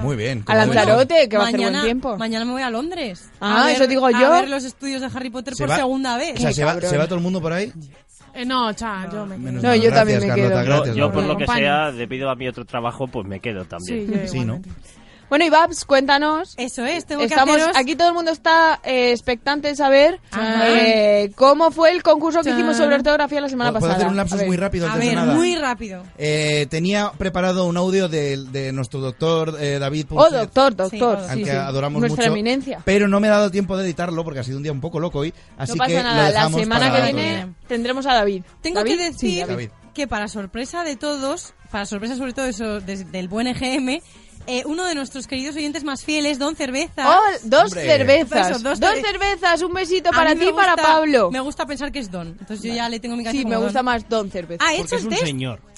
S1: Muy bien.
S10: A Lanzarote, que va a hacer
S12: Mañana-
S10: buen tiempo.
S12: Mañana me voy a Londres.
S10: Ah,
S12: a
S10: eso digo
S12: A
S10: yo.
S12: ver los estudios de Harry Potter por segunda vez.
S1: O sea, se va, se va todo el mundo por ahí.
S13: Eh, no,
S12: Ah,
S13: cha, yo me
S1: Menos
S10: No,
S1: mal.
S10: yo
S1: Gracias,
S10: también me
S1: Carlota,
S10: quedo.
S1: gracias,
S2: Yo, yo
S1: Carlota.
S2: por lo que
S10: Acompaña.
S2: sea, debido a mi otro trabajo, pues me quedo también.
S10: Sí, yo Sí,
S1: ¿no?
S10: Bueno, Ibabs, cuéntanos.
S12: Eso es, tengo que
S10: Estamos,
S12: haceros-
S10: Aquí todo el mundo está eh, expectante de saber
S12: Ah.
S10: eh, cómo fue el concurso que
S12: Chan.
S10: hicimos sobre ortografía la semana
S1: ¿Puedo
S10: pasada.
S1: hacer un
S10: A
S1: lapsus
S10: ver.
S1: muy rápido?
S12: A
S1: antes
S12: ver,
S1: de nada?
S12: muy rápido.
S1: Eh, tenía preparado un audio de, de nuestro doctor eh, David
S10: Oh,
S1: Punset,
S10: doctor, doctor.
S1: al
S10: sí,
S1: que
S10: sí.
S1: adoramos
S10: Nuestra
S1: mucho,
S10: eminencia.
S1: pero no me ha dado tiempo de editarlo porque ha sido un día un poco loco hoy, así
S10: no pasa
S1: que lo
S10: nada, la
S1: dejamos
S10: semana que
S1: para otro
S10: viene
S1: día.
S10: tendremos a David.
S12: Tengo
S10: ¿David?
S12: que decir
S10: Sí, David.
S1: David.
S12: que para sorpresa de todos, para sorpresa sobre todo eso, des- del buen EGM, eh, uno de nuestros queridos oyentes más fieles, Don Cerveza.
S16: Oh, dos cervezas.
S12: Por Pues eso,
S16: dos cervezas, un besito
S12: A
S16: para
S12: mí me
S16: ti y para
S12: gusta-
S16: Pablo.
S12: Me gusta pensar que es Don. Entonces yo ya le tengo mi cabeza
S16: Sí,
S12: como
S16: me gusta
S12: Don.
S16: más Don Cerveza.
S12: Ah, ¿ha hecho el test?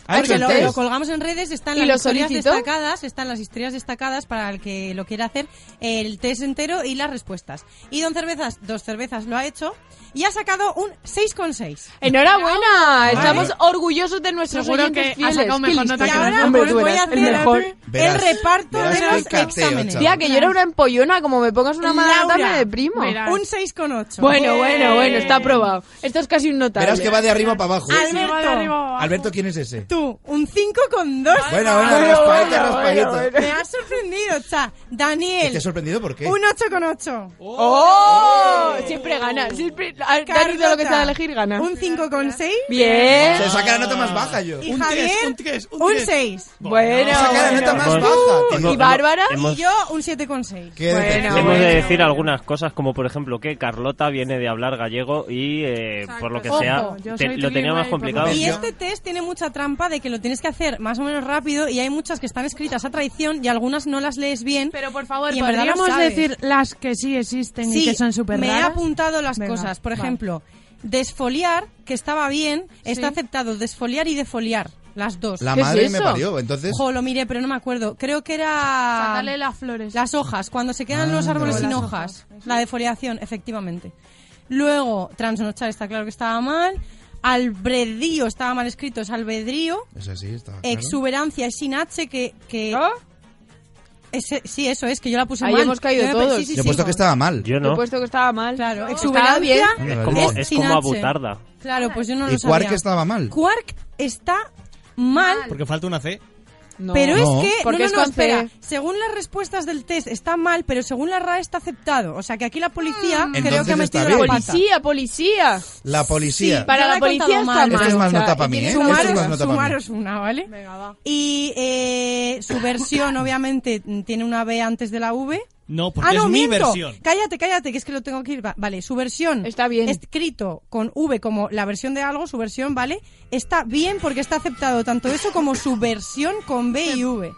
S16: Ha hecho
S12: Porque
S16: el
S12: lo,
S16: test.
S12: lo colgamos en redes, están
S16: ¿Y
S12: las
S16: lo
S12: historias
S16: solicitó?
S12: destacadas, están las historias destacadas para el que lo quiera hacer, el test entero y las respuestas. Y Don Cervezas, dos cervezas lo ha hecho y ha sacado un 6,6.
S16: Enhorabuena, estamos orgullosos de nuestros
S12: Seguro
S16: oyentes
S12: que ha
S16: fieles.
S12: sacado
S16: Qué
S12: mejor
S16: listos.
S12: nota que
S16: Y ahora,
S12: nosotros.
S16: hombre, tú
S12: Voy a
S16: eras
S12: hacer
S16: el mejor.
S12: Verás- el reparto verás de los qué cateo, exámenes. chaval.
S16: Tía, que yo era una empollona, como me pongas una mala nota
S12: Laura,
S16: me deprimo.
S12: verás. Un 6,8.
S16: Bueno, bueno, bueno, está aprobado. Esto es casi un notable.
S1: Verás que va de arriba para abajo.
S12: Alberto,
S1: Alberto, ¿quién es ese?
S12: tú, un 5,2.
S1: Bueno, bueno, raspaeta, raspaeta.
S12: Me has sorprendido, cha.
S1: ¿Y ¿Te
S12: Daniel,
S1: has sorprendido por qué?
S12: un 8,8.
S16: ¡Oh! Siempre gana. Siempre, a- Dani, todo lo que sea de elegir gana.
S12: Un 5,6.
S16: Bien.
S1: Se saca la nota más baja yo.
S12: Y
S1: Un
S12: Javier,
S1: tres,
S12: un
S1: tres.
S12: 6.
S16: Bueno,
S1: Se saca la
S16: bueno. Uh,
S1: nota más
S2: Hemos-
S1: baja. tío.
S2: hemos-
S12: Y Bárbara.
S2: hemos-
S12: Y yo, un 7,6.
S1: Qué decepción.
S2: Hemos de decir algunas cosas, como por ejemplo que Carlota viene de hablar gallego y eh, por lo que
S12: Ojo,
S2: sea
S12: yo
S2: te-
S12: soy
S2: lo tenía
S12: trilingüe
S2: más
S12: y
S2: complicado.
S12: Y este test tiene mucha trampa de que lo tienes que hacer más o menos rápido y hay muchas que están escritas a traición y algunas no las lees bien. Pero por favor,
S13: Pues podríamos decir las que sí existen y que son súper
S12: me he
S13: raras.
S12: apuntado las
S13: Venga,
S12: cosas. Por
S13: vale.
S12: ejemplo, desfoliar, que estaba bien, está aceptado desfoliar y defoliar. Las dos.
S1: La ¿Qué es madre me eso? parió, entonces-
S12: Ojo, lo miré, pero no me acuerdo. Creo que era.
S13: Sacarle las flores.
S12: Las hojas, cuando se quedan
S13: Ah,
S12: los árboles
S13: las
S12: sin
S13: hojas.
S12: hojas. La defoliación, efectivamente. Luego, transnochar está claro que estaba mal. Albedrío estaba mal escrito, es albedrío.
S1: Ese sí, está claro.
S12: Exuberancia es sin H que... que Ese- sí, eso es, que yo la puse
S16: Ahí
S12: mal.
S16: hemos caído
S12: Yo me pe-
S16: todos.
S12: sí, sí,
S1: Yo he
S12: sí.
S1: puesto que estaba mal.
S2: Yo no.
S10: Pues,
S16: puesto que estaba mal.
S12: Claro,
S16: Estaba bien.
S12: exuberancia
S2: Es
S10: eh,
S2: como,
S12: es
S2: es
S12: sin
S2: como
S12: H.
S2: a butarda.
S12: Claro, pues yo no
S1: Y
S12: lo sabía.
S1: Quark estaba mal.
S12: Quark está mal,
S4: Porque falta una C.
S12: pero
S1: No.
S12: es que...
S16: Porque
S12: no, no,
S16: es
S12: no,
S16: con C.
S12: espera. Según las respuestas del test está mal, pero según la RAE está aceptado. O sea que aquí la policía creo
S1: Mm. Entonces
S12: que ha
S1: está
S12: metido la
S1: bien.
S12: pata.
S16: Policía, policía.
S1: La policía.
S16: para
S12: Yo
S16: la
S12: he contado
S16: policía está mal.
S1: Esto es más
S16: o sea,
S1: nota para mí,
S16: tiene
S1: ¿eh?
S16: su
S1: Esto es
S16: malo.
S1: más nota para mí.
S12: Sumaros una, ¿vale? Y eh, su versión, obviamente, tiene una B antes de la V.
S4: No, porque
S12: ah, no,
S4: es mi
S12: miento.
S4: versión.
S12: Cállate, cállate, que es que lo tengo que ir. Va- Vale, su versión.
S16: Está bien.
S12: Escrito con V como la versión de algo, su versión, ¿vale? Está bien porque está aceptado tanto eso como su versión con B y V.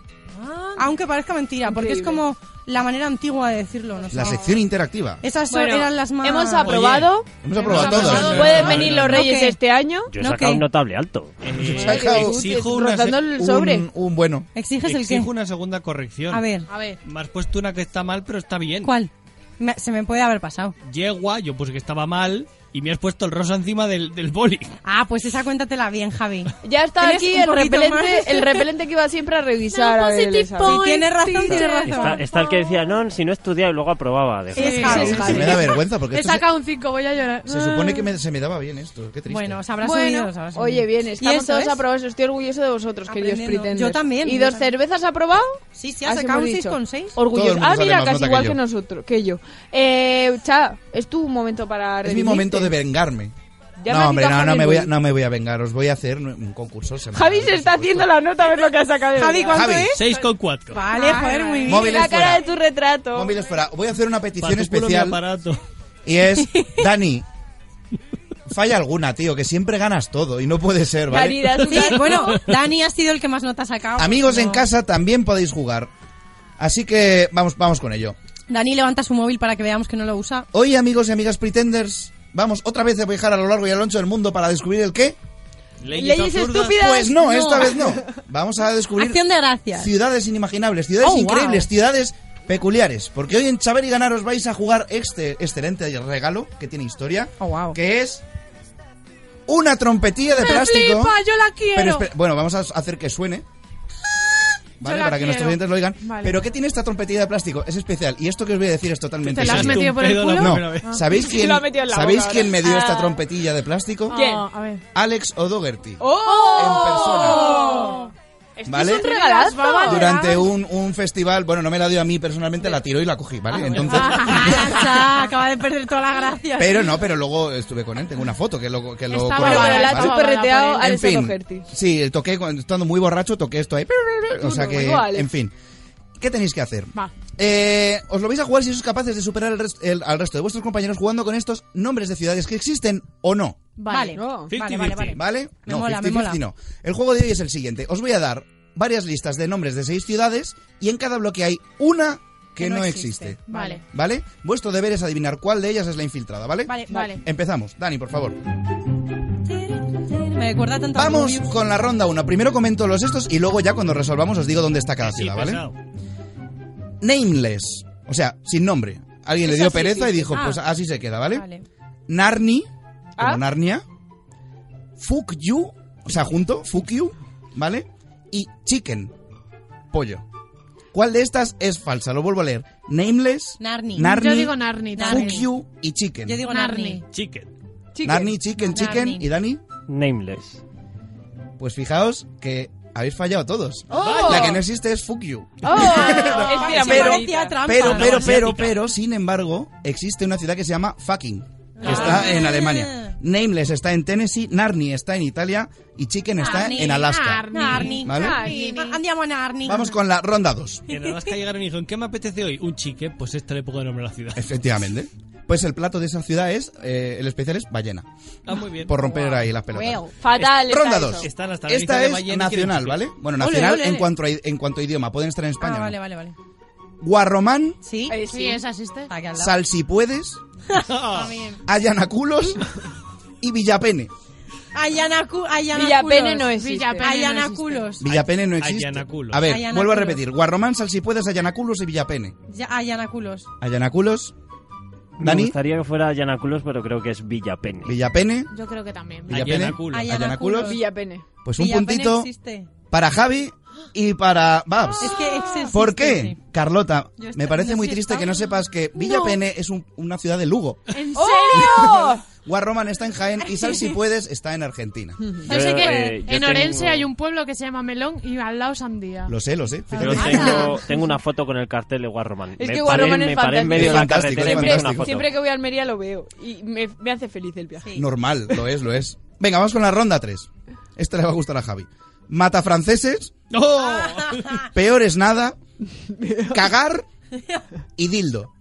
S12: Aunque parezca mentira, porque es
S16: Ah. Increíble.
S12: como la manera antigua de decirlo, no sé.
S1: La sección interactiva.
S12: Esas son-
S16: Bueno,
S12: eran las más.
S16: Hemos aprobado.
S1: Hemos aprobado
S16: Hemos
S1: todas.
S16: aprobado. Pueden venir los reyes
S12: Ok.
S16: este año.
S2: Yo he
S12: ¿No
S2: sacado
S12: qué?
S2: un notable alto.
S4: Eh,
S1: Se ha acabado.
S4: exijo una se-
S16: Rozando el sobre.
S1: Un, un bueno.
S12: ¿Exiges el qué?
S4: exijo una segunda corrección.
S12: A ver,
S16: A ver.
S4: Me has puesto una que está mal, pero está bien.
S12: ¿cuál? Me- se me puede haber pasado.
S4: Yegua, yo puse que estaba mal y me has puesto el rosa encima del, del boli.
S12: Ah, pues esa cuéntatela bien, Javi.
S16: Ya está
S12: ¿Tienes
S16: aquí
S12: un
S16: el
S12: poquito más?
S16: repelente, el repelente que iba siempre a revisar. a ver, Elsa.
S12: Si tiene razón, tiene
S2: Está,
S12: razón.
S2: está el que decía, no, si no estudiaba y luego aprobaba. de-
S12: Es Javi.
S16: Sí, es Javi.
S1: Me da vergüenza porque
S13: He
S1: esto se,
S13: sacado un 5, voy a llorar.
S1: se supone que me- se me daba bien esto. Qué triste.
S12: Bueno, os habrás
S16: Ah. Bueno,
S12: oído, os habrás
S16: oye,
S12: oído.
S16: bien,
S12: ¿Y
S16: estamos
S12: eso
S16: todos
S12: es?
S16: aprobados. Estoy orgulloso de vosotros, queridos
S12: Aprendiendo.
S16: pretenders.
S12: Yo también,
S16: ¿Y
S12: yo
S16: dos
S12: también.
S16: cervezas aprobado?
S12: Sí, sí, ha
S16: Así
S12: sacado
S16: hemos
S12: un
S16: dicho.
S12: 6,6.
S1: Todo
S16: Orgulloso.
S1: el mundo
S16: Ah,
S1: sale
S16: mira,
S1: más
S16: casi
S1: nota que
S16: igual
S1: yo.
S16: que nosotros, que yo. Eh, Cha, es tu momento para
S1: es mi momento de vengarme.
S16: Ya me ha
S1: no, hombre,
S16: quitado
S1: no, no
S16: Javi
S1: me,
S16: el
S1: voy a,
S16: boli.
S1: no me voy a vengar. Os voy a hacer un concurso semanal.
S16: Javi se está haciendo la nota a ver lo que ha sacado. de
S12: Javi,
S16: verdad.
S12: ¿cuánto
S1: Javi,
S12: es?
S4: 6 con 4.
S12: Vale, joder, muy bien.
S1: Móviles
S16: la cara
S1: fuera.
S16: de tu retrato.
S1: Móviles fuera. Voy a hacer una
S4: Para
S1: petición
S4: tu culo mi
S1: especial.
S4: aparato.
S1: Y es, Dani, falla alguna, tío, que siempre ganas todo y no puede ser,
S16: Dani,
S1: ¿vale?
S16: da su
S12: Sí,
S16: cara.
S12: bueno, Dani ha sido el que más notas ha sacado.
S1: Amigos
S12: Pero-
S1: en casa también podéis jugar. Así que vamos, vamos con ello.
S12: Dani levanta su móvil para que veamos que no lo usa.
S1: Hoy, amigos y amigas pretenders, vamos otra vez a viajar a lo largo y a lo ancho del mundo para descubrir el qué.
S16: Leyes estúpidas.
S1: Pues no, esta vez no. Vamos a descubrir
S12: Acción de gracias.
S1: ciudades inimaginables, ciudades
S12: Oh, wow.
S1: increíbles, ciudades peculiares. Porque hoy en Chaver y Ganar os vais a jugar este excelente regalo que tiene historia,
S12: Oh, wow.
S1: que es una trompetilla de
S13: ¡Me
S1: plástico.
S13: flipa, yo la quiero!
S1: Pero espera- bueno, vamos a hacer que suene. ¿Vale?
S13: la
S1: Para que nuestros
S13: quiero.
S1: oyentes lo oigan.
S13: Vale.
S1: Pero ¿qué tiene esta trompetilla de plástico? Es especial. Y esto que os voy a decir es totalmente
S13: ¿Te la has
S1: serio.
S13: metido por el
S4: Pedo la
S13: culo?
S4: primera
S1: No.
S4: vez.
S1: ¿Sabéis
S16: Sí,
S1: quién,
S16: lo ha metido en la
S1: ¿sabéis
S16: boca
S1: quién
S16: ahora.
S1: me dio esta
S16: Ah.
S1: trompetilla de plástico?
S16: ¿Quién?
S13: Ah, a ver.
S1: Alex O'Dougherty.
S16: ¡Oh! Esto
S1: ¿Vale?
S16: es un regalazo.
S13: Va a valer.
S1: Durante un, un festival, bueno, no me la dio a mí personalmente, la tiró y la cogí, ¿vale? Entonces,
S12: Ah, cha, acaba de perder toda la gracia.
S1: pero no, pero luego estuve con él, tengo una foto que lo que lo
S13: Está
S1: colgué,
S16: Bueno, bueno, la
S13: Vale,
S16: has
S13: vale.
S16: chuperreteado
S13: En
S16: a
S1: En
S16: Alessandro
S1: fin, sí, toqué cuando- estando muy borracho, toqué esto ahí. O sea
S16: no,
S1: que,
S16: igual.
S1: en fin. ¿Qué tenéis que hacer?
S13: Va.
S1: Eh, os lo vais a jugar si sois capaces de superar el rest- el- al resto de vuestros compañeros jugando con estos nombres de ciudades que existen o no.
S12: Vale,
S13: Vale.
S12: vale,
S4: Fifty,
S12: vale, vale.
S1: ¿Vale?
S12: Me mola, me
S1: 50-50
S12: mola.
S1: no. El juego de hoy es el siguiente. Os voy a dar varias listas de nombres de seis ciudades y en cada bloque hay una que, no, existe.
S13: Vale.
S1: ¿Vale? Vuestro deber es adivinar cuál de ellas es la infiltrada, ¿vale?
S13: Vale, vale.
S1: Empezamos. Dani, por favor.
S12: Me recuerda tanto a
S1: Vamos
S12: Rubius.
S1: con la ronda 1. Primero comento los estos y luego ya cuando resolvamos os digo dónde está cada ciudad, ¿vale? Nameless. O sea, sin nombre. Alguien le
S12: Esa
S1: dio
S12: sí
S1: pereza y
S12: existe.
S1: dijo,
S12: Ah.
S1: pues así se queda, ¿vale?
S12: Vale.
S1: Narni, como
S12: Ah.
S1: Narnia. Fuck you, o sea, junto, fuck you, ¿vale? Y chicken, pollo. ¿Cuál de estas es falsa? Lo vuelvo a leer. Nameless,
S13: Narni.
S1: Narni,
S13: Yo digo Narni. también.
S1: fuck you y chicken.
S13: Narni.
S4: Chicken.
S1: Narni, chicken, chicken.
S13: Narni.
S1: ¿Y Dani?
S2: Nameless.
S1: Pues fijaos que habéis fallado todos.
S12: ¡Oh!
S1: La que no existe es fuck you.
S12: es que
S1: pero,
S12: parecía trampa.
S1: pero, pero, pero,
S12: Asiática.
S1: pero, sin embargo, existe una ciudad que se llama Fucking,
S12: Ah.
S1: que está en Alemania. Nameless está en Tennessee, Narni está en Italia y Chicken está
S12: Narni,
S1: en Alaska.
S12: Narni, Narni.
S1: ¿Vale?
S12: Narni. Andiamo a Narni.
S1: Vamos con la ronda 2.
S4: Y nada más que llegaron y dijeron, ¿qué me apetece hoy? Un chique, pues este le pongo el nombre a la ciudad.
S1: Eh, Efectivamente. Pues el plato de esa ciudad es, eh, el especial es ballena.
S4: Ah, muy bien.
S1: Por romper ahí las pelotas.
S10: Fatal. está
S1: Ronda
S10: eso.
S1: 2.
S4: Están hasta la lista
S1: Esta
S4: de
S1: es
S4: ballena y quieren
S1: nacional,
S4: chicle.
S1: ¿vale? Bueno,
S4: Ole,
S1: nacional
S4: ole, ole.
S1: en cuanto a, en cuanto a idioma. Pueden estar en España.
S12: Ah,
S1: ¿no?
S12: vale, vale, vale.
S1: Guarromán,
S12: Sí,
S13: Sí, esa existe.
S1: Sal si puedes,
S4: Ah,
S1: Ayanaculos y Villapene.
S12: Ayanacu Ayanaculos.
S10: Villapene no existe. Villapene no
S12: Ayanaculos.
S1: Villapene no existe.
S4: Ayanaculos.
S1: A ver,
S12: Ayanaculos.
S1: vuelvo a repetir. Guarromán, Sal si puedes, Ayanaculos y Villapene.
S12: Ya- Ayanaculos.
S1: Ayanaculos,
S2: Me
S1: Dani,
S2: gustaría que fuera Yanaculos, pero creo que es Villapene.
S1: Villapene,
S13: Yo creo que también.
S1: Villapene,
S4: Ayanaculos.
S1: Ayanaculos.
S10: Villapene.
S1: Pues un
S12: Villapene
S1: puntito
S12: existe.
S1: para Javi y para Babs.
S12: Es que existe.
S1: ¿Por qué? Carlota,
S12: Yo
S1: me
S12: esta-
S1: parece
S12: yo
S1: muy
S12: sí
S1: triste
S12: estaba.
S1: que no sepas que Villapene es un- una ciudad de Lugo.
S13: ¿En
S10: ¡Oh! serio?
S1: Guarroman está en Jaén y Sal si puedes está en Argentina.
S13: Yo sé que
S2: eh, yo
S13: en
S2: tengo-
S13: Orense hay un pueblo que se llama Melón y al lado Sandía.
S1: Lo sé, lo sé.
S2: Yo
S1: fíjate.
S2: tengo, tengo una foto con el cartel de Guarroman.
S10: Es
S2: me
S10: que
S2: paré-
S10: Guarroman es
S2: me paré en
S10: fantástico.
S2: medio de
S1: Es
S2: la
S1: fantástico,
S2: carretera y me hice una
S10: Siempre,
S2: foto.
S10: siempre que voy a Almería lo veo y me, me hace feliz el viaje.
S1: Normal, lo es, lo es. Venga, vamos con la ronda 3. Esta le va a gustar a Javi. Mata franceses,
S10: Ah.
S1: peor es nada, cagar y dildo.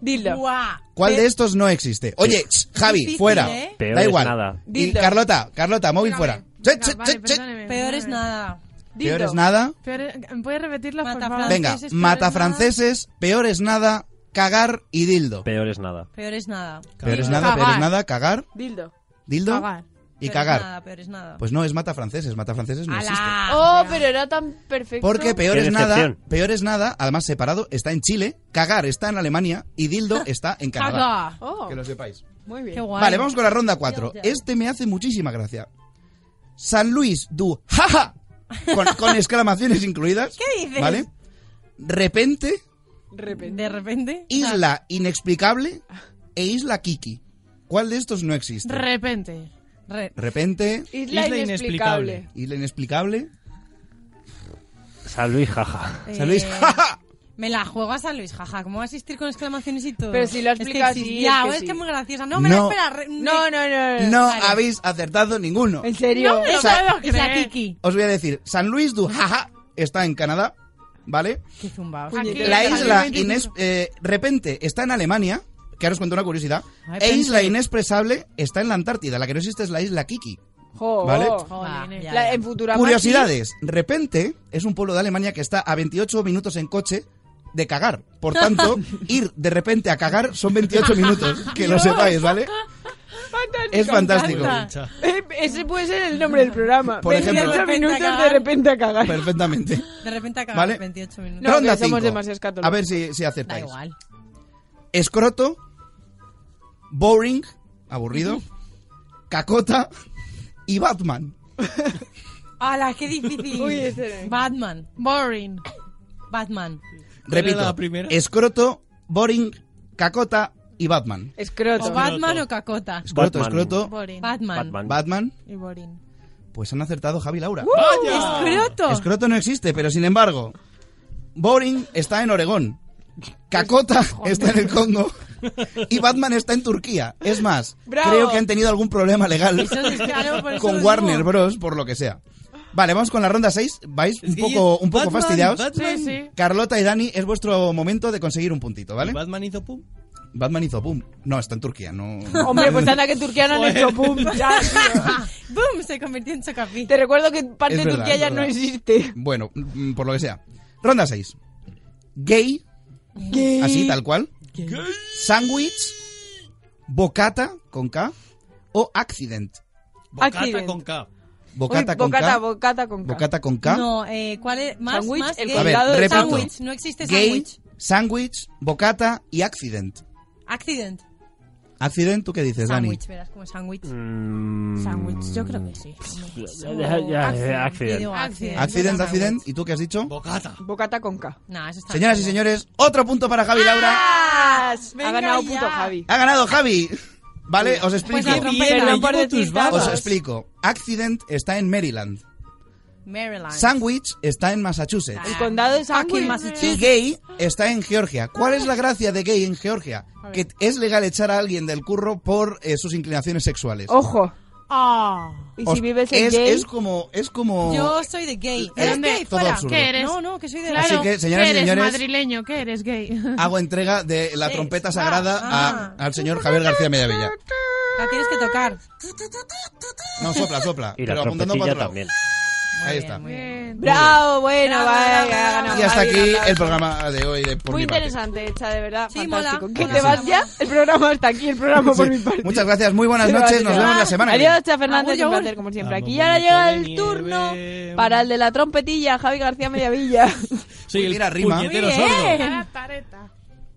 S10: Dildo.
S1: ¿Cuál de estos no existe? Oye, ch, Javi,
S12: Difícil,
S1: fuera.
S12: ¿eh?
S2: Peor
S1: da
S2: es
S1: igual.
S2: nada.
S1: Y
S12: Dildo.
S1: Carlota, Carlota, móvil fuera. Ch, ch,
S13: Vale,
S1: ch, ch.
S13: perdóneme,
S12: Peor es
S13: perdóneme.
S12: nada.
S1: Peor es nada.
S13: Peor- ¿Puedes repetirlo, por
S12: Mata
S13: favor?
S1: Venga,
S12: Franceses, peor
S1: mata
S12: es nada.
S1: franceses, peor es nada, cagar y dildo.
S2: Peor es nada.
S12: Peor es nada.
S1: Peor es nada, peor es
S13: Cagar.
S1: nada, cagar,
S10: Dildo.
S1: dildo
S13: Cagar.
S1: y
S12: Peor
S1: cagar.
S12: Es nada, peor es nada.
S1: Pues no, es mata franceses, mata franceses no existe.
S10: Oh, pero era tan perfecto.
S1: Porque peor
S2: Qué
S1: es nada,
S2: decepción.
S1: peor es nada, además separado, está en Chile, cagar está en Alemania y dildo está en Canadá.
S13: Caga.
S10: Oh,
S1: Que lo sepáis.
S10: muy bien.
S12: Qué guay.
S1: Vale, vamos con la ronda 4.
S12: Dios, ya.
S1: Este me hace muchísima gracia. San Luis du jaja con, con exclamaciones incluidas.
S12: ¿Qué dices?
S1: ¿Vale? Repente,
S10: Repente.
S12: De repente.
S1: isla inexplicable e isla Kiki. ¿Cuál de estos no existe?
S13: Repente.
S12: Re-
S1: Repente,
S10: Isla,
S4: Isla
S10: inexplicable.
S4: inexplicable.
S1: isla inexplicable.
S2: San Luis, jaja.
S1: San Luis
S12: Eh,
S1: jaja.
S12: Me la juego a San Luis, jaja. ¿Cómo va a asistir con exclamaciones y todo?
S10: Pero si lo has
S12: Es que
S10: explicado
S12: existe.
S10: así,
S12: Ya,
S10: es que
S12: es
S10: sí.
S12: que es muy graciosa. No, me la
S1: No.
S12: espera. re-
S10: No, no, no. no.
S1: No
S12: eh, Vale.
S1: habéis acertado ninguno.
S10: En serio. ¿eh?
S1: O sea,
S13: puedo
S12: Es la
S13: creer.
S12: Kiki.
S1: Os voy a decir, San Luis du Jaja está en Canadá, ¿vale?
S12: Qué zumbaos.
S13: Aquí,
S1: La
S13: en
S1: isla
S13: Madrid,
S1: Ines, eh, repente está en Alemania, que ahora os cuento una curiosidad,
S12: Ay,
S1: e
S12: pensé-
S1: isla inexpresable está en la Antártida, la que no existe es la isla Kiki.
S10: Jo. Ah,
S1: Vale. ¿eh?
S12: Joder,
S13: Joder,
S12: ya,
S10: La-
S12: ya.
S10: en Futurama.
S1: Curiosidades, repente es un pueblo de Alemania que está a 28 minutos en coche de cagar. Por tanto, ir de repente a cagar son 28 minutos, que lo sepáis, ¿vale?
S10: sí. Fantástico.
S1: Es fantástico.
S4: Hincha.
S10: Eh, Ese puede ser el nombre del programa.
S1: Por ejemplo.
S10: 28
S12: De repente a
S10: minutos de
S12: cagar.
S10: repente a cagar.
S1: Perfectamente.
S12: De repente acaba
S1: Vale.
S12: 28 minutos.
S10: No,
S1: Ronda
S10: que somos
S1: 5.
S10: demasiados católicos.
S1: A ver si, si
S12: Da
S1: acertáis.
S12: igual.
S1: escroto, boring, aburrido, cacota y Batman.
S12: ¡Hala, qué difícil!
S10: Uy, ese no.
S12: Batman.
S13: Boring.
S12: Batman.
S4: era
S1: Repito,
S4: la primera?
S1: escroto, boring, cacota y Batman.
S10: Escroto.
S12: O Batman o Cacota.
S1: Escroto,
S2: Batman.
S1: escroto,
S13: Boring.
S12: Batman.
S2: Batman.
S1: Batman.
S13: Y Boring.
S1: Pues han acertado Javi y Laura.
S12: ¡Escroto!
S1: Escroto no existe, pero sin embargo, boring está en Oregón. Cacota está en el Congo y Batman está en Turquía. Es más,
S10: Bravo.
S1: creo que han tenido algún problema legal
S12: Eso es claro, por eso lo
S1: con
S12: digo.
S1: Warner Bros, por lo que sea. Vale, vamos con la ronda 6. Vais un
S4: Es que
S1: poco,
S4: yo-
S1: un poco
S4: Batman,
S1: fastidiados.
S4: Batman.
S13: Sí, sí.
S1: Carlota y Dani, es vuestro momento de conseguir un puntito, ¿vale?
S4: Batman hizo pum.
S1: Batman hizo boom. No, está en Turquía, no.
S10: Hombre, pues anda que Turquía no han
S1: Joder.
S10: hecho boom. Ya,
S12: ¡Bum! Se convirtió en chocapi.
S10: Te recuerdo que parte
S1: Es
S10: de
S1: verdad,
S10: Turquía
S1: es
S10: ya
S1: verdad.
S10: no existe.
S1: Bueno, mm, por lo que sea. Ronda 6. Gay. Así, tal cual. Sandwich. Bocata con K. O accident.
S4: Bocata
S10: Accident.
S4: con K.
S1: Bocata
S10: Uy,
S1: con
S10: bocata,
S1: K.
S10: Bocata con K.
S1: Bocata con K.
S12: No, eh, ¿cuál es? Más,
S10: Sándwich,
S12: más
S10: el
S12: gay.
S1: A ver, repito.
S12: Sándwich, no existe
S10: este
S1: Gay,
S12: sándwich.
S1: sandwich, bocata y accident.
S12: Accident.
S1: Accident, ¿tú qué dices, Dani? Mm.
S12: Sándwich, verás, como sándwich. Pues
S2: Sándwich,
S12: yo creo que sí.
S2: Mm. Ya, ya, ya, accident.
S12: Digo, accident.
S1: Accident,
S12: Yo
S1: accident. ¿Y tú qué has dicho?
S4: Bocata.
S10: Bocata con K.
S12: No, eso está
S1: Señoras y señores, otro punto para Javi Laura.
S10: Ah. ha ganado puto Javi.
S1: Ha ganado Javi. ¿Vale? Os
S10: Pues
S1: explico.
S12: la trompeta. Bien, me llevo
S10: por decir
S12: tus
S10: tanto.
S12: babas.
S1: Os explico. Accident está en Maryland.
S12: Maryland.
S1: Sandwich está en Massachusetts.
S10: El condado de San Luis.
S1: Y gay está en Georgia. ¿Cuál es la gracia de gay en Georgia? Que es legal echar a alguien del curro por eh, sus inclinaciones sexuales.
S10: Ojo. Y
S1: Os-
S10: si vives en
S1: Ah. es,
S10: gay?
S1: es como es como
S12: Yo soy de gay.
S1: Es
S12: ¿Eres gay?
S1: todo
S12: Fuera.
S1: absurdo.
S13: ¿Qué eres?
S12: No, no, que soy de
S13: Claro,
S1: Así que, señoras y
S13: ¿qué eres
S1: señores-
S13: madrileño, que eres gay.
S1: hago entrega de la
S13: Sí.
S10: Ah,
S1: trompeta sagrada a- al señor Javier García Mediavilla.
S12: La tienes que tocar.
S1: No sopla, sopla,
S2: Y la
S1: pero apuntando
S2: trompetilla
S1: para otro lado.
S2: también.
S1: Ahí está.
S10: Bravo, bueno, vaya, ha ganado
S1: Y hasta
S10: Javi,
S1: aquí
S10: un aplauso.
S1: el programa de hoy de por
S10: Muy
S1: mi parte.
S10: interesante, hecha de verdad.
S12: Sí,
S10: fantástico.
S12: mola,
S10: ¿Que
S12: mola,
S10: te
S12: mola,
S10: vas ya? El programa hasta aquí, el programa por mi parte.
S1: Muchas gracias, muy buenas noches, nos vemos la semana que viene.
S10: Adiós, Cha Fernández,
S12: Agur,
S10: un
S12: agur.
S10: placer como siempre. Aquí ya llega el turno para el de la trompetilla, Javi García Mediavilla.
S4: Soy
S1: Uy,
S4: el
S1: mira, rima.
S4: puñetero
S10: Muy bien.
S4: sordo.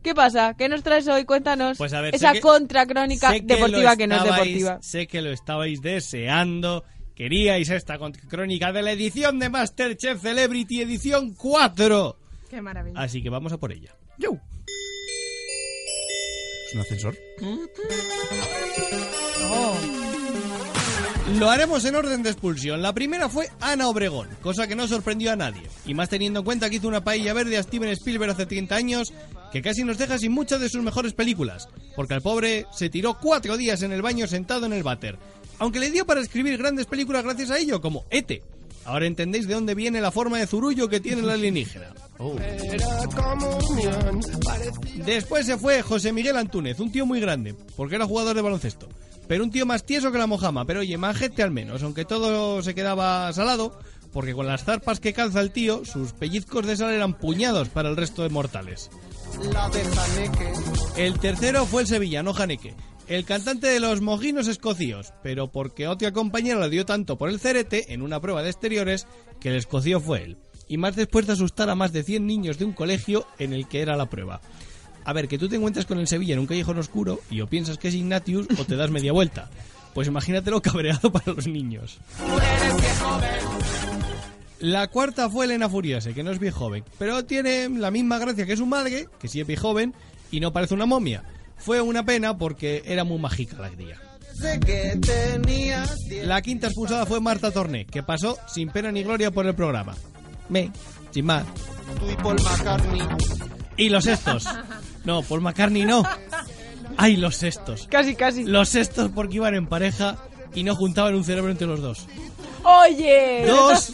S10: ¿Qué pasa? ¿Qué nos traes hoy? Cuéntanos.
S4: Pues a ver,
S10: Esa
S4: sé que-
S10: contracrónica
S4: sé que
S10: deportiva
S4: lo
S10: que no es
S4: estabais-
S10: deportiva.
S4: Sé que lo estabais deseando. Queríais esta con- crónica de la edición de Masterchef Celebrity Edición 4.
S13: Qué maravilla.
S4: Así que vamos a por ella.
S1: ¿Es un ascensor?
S4: Lo haremos en orden de expulsión. La primera fue Ana Obregón, cosa que no sorprendió a nadie. Y más teniendo en cuenta que hizo una paella verde a Steven Spielberg hace 30 años, que casi nos deja sin muchas de sus mejores películas, porque al pobre se tiró cuatro días en el baño sentado en el váter. Aunque le dio para escribir grandes películas gracias a ello, como Ete. Ahora entendéis de dónde viene la forma de zurullo que tiene la alienígena. Después se fue José Miguel Antúnez, un tío muy grande, porque era jugador de baloncesto. Pero un tío más tieso que la mojama, pero oye, más gente al menos, aunque todo se quedaba salado, porque con las zarpas que calza el tío, sus pellizcos de sal eran puñados para el resto de mortales. El tercero fue el sevillano Janeque, el cantante de los mojinos escocíos, pero porque otra compañera le dio tanto por el cerete en una prueba de exteriores que el escocío fue él. Y más después de asustar a más de 100 niños de un colegio en el que era la prueba. A ver, que tú te encuentras con el Sevilla en un callejón oscuro y o piensas que es Ignatius o te das media vuelta. Pues imagínatelo cabreado para los niños. La cuarta fue Elena Furiase, que no es viejo joven, pero tiene la misma gracia que su madre, que sí es viejo joven, y no parece una momia. Fue una pena porque era muy mágica la tía. La quinta expulsada fue Marta Torné, que pasó sin pena ni gloria por el programa. Me, sin más. Y los estos. No, Paul McCartney no. Ay, los estos.
S10: Casi, casi.
S4: Los estos porque iban en pareja y no juntaban un cerebro entre los dos
S10: Oye.
S4: dos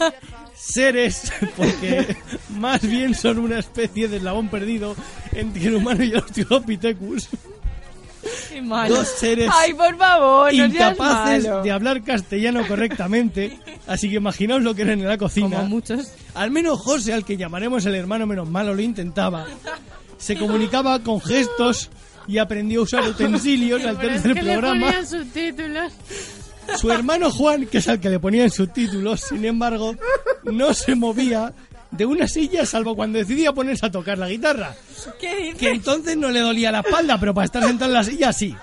S4: seres, porque más bien son una especie de eslabón perdido entre el humano y el Australopithecus.
S13: Pues
S12: Qué malo.
S4: Dos seres
S10: Ay, por favor, no seas
S4: incapaces
S10: malo.
S4: de hablar castellano correctamente, así que imaginaos lo que eran en la cocina.
S12: Como muchos.
S4: Al menos José, al que llamaremos el hermano menos malo, lo intentaba. Se comunicaba con gestos y aprendió a usar utensilios al
S13: Pero es
S4: tercer
S13: que le
S4: programa.
S13: ponían subtítulos.
S4: Su hermano Juan, que es al que le ponían subtítulos, sin embargo, no se movía de una silla salvo cuando decidía ponerse a tocar la guitarra.
S12: ¿Qué dices?
S4: Que entonces no le dolía la espalda, pero para estar sentado en la silla sí.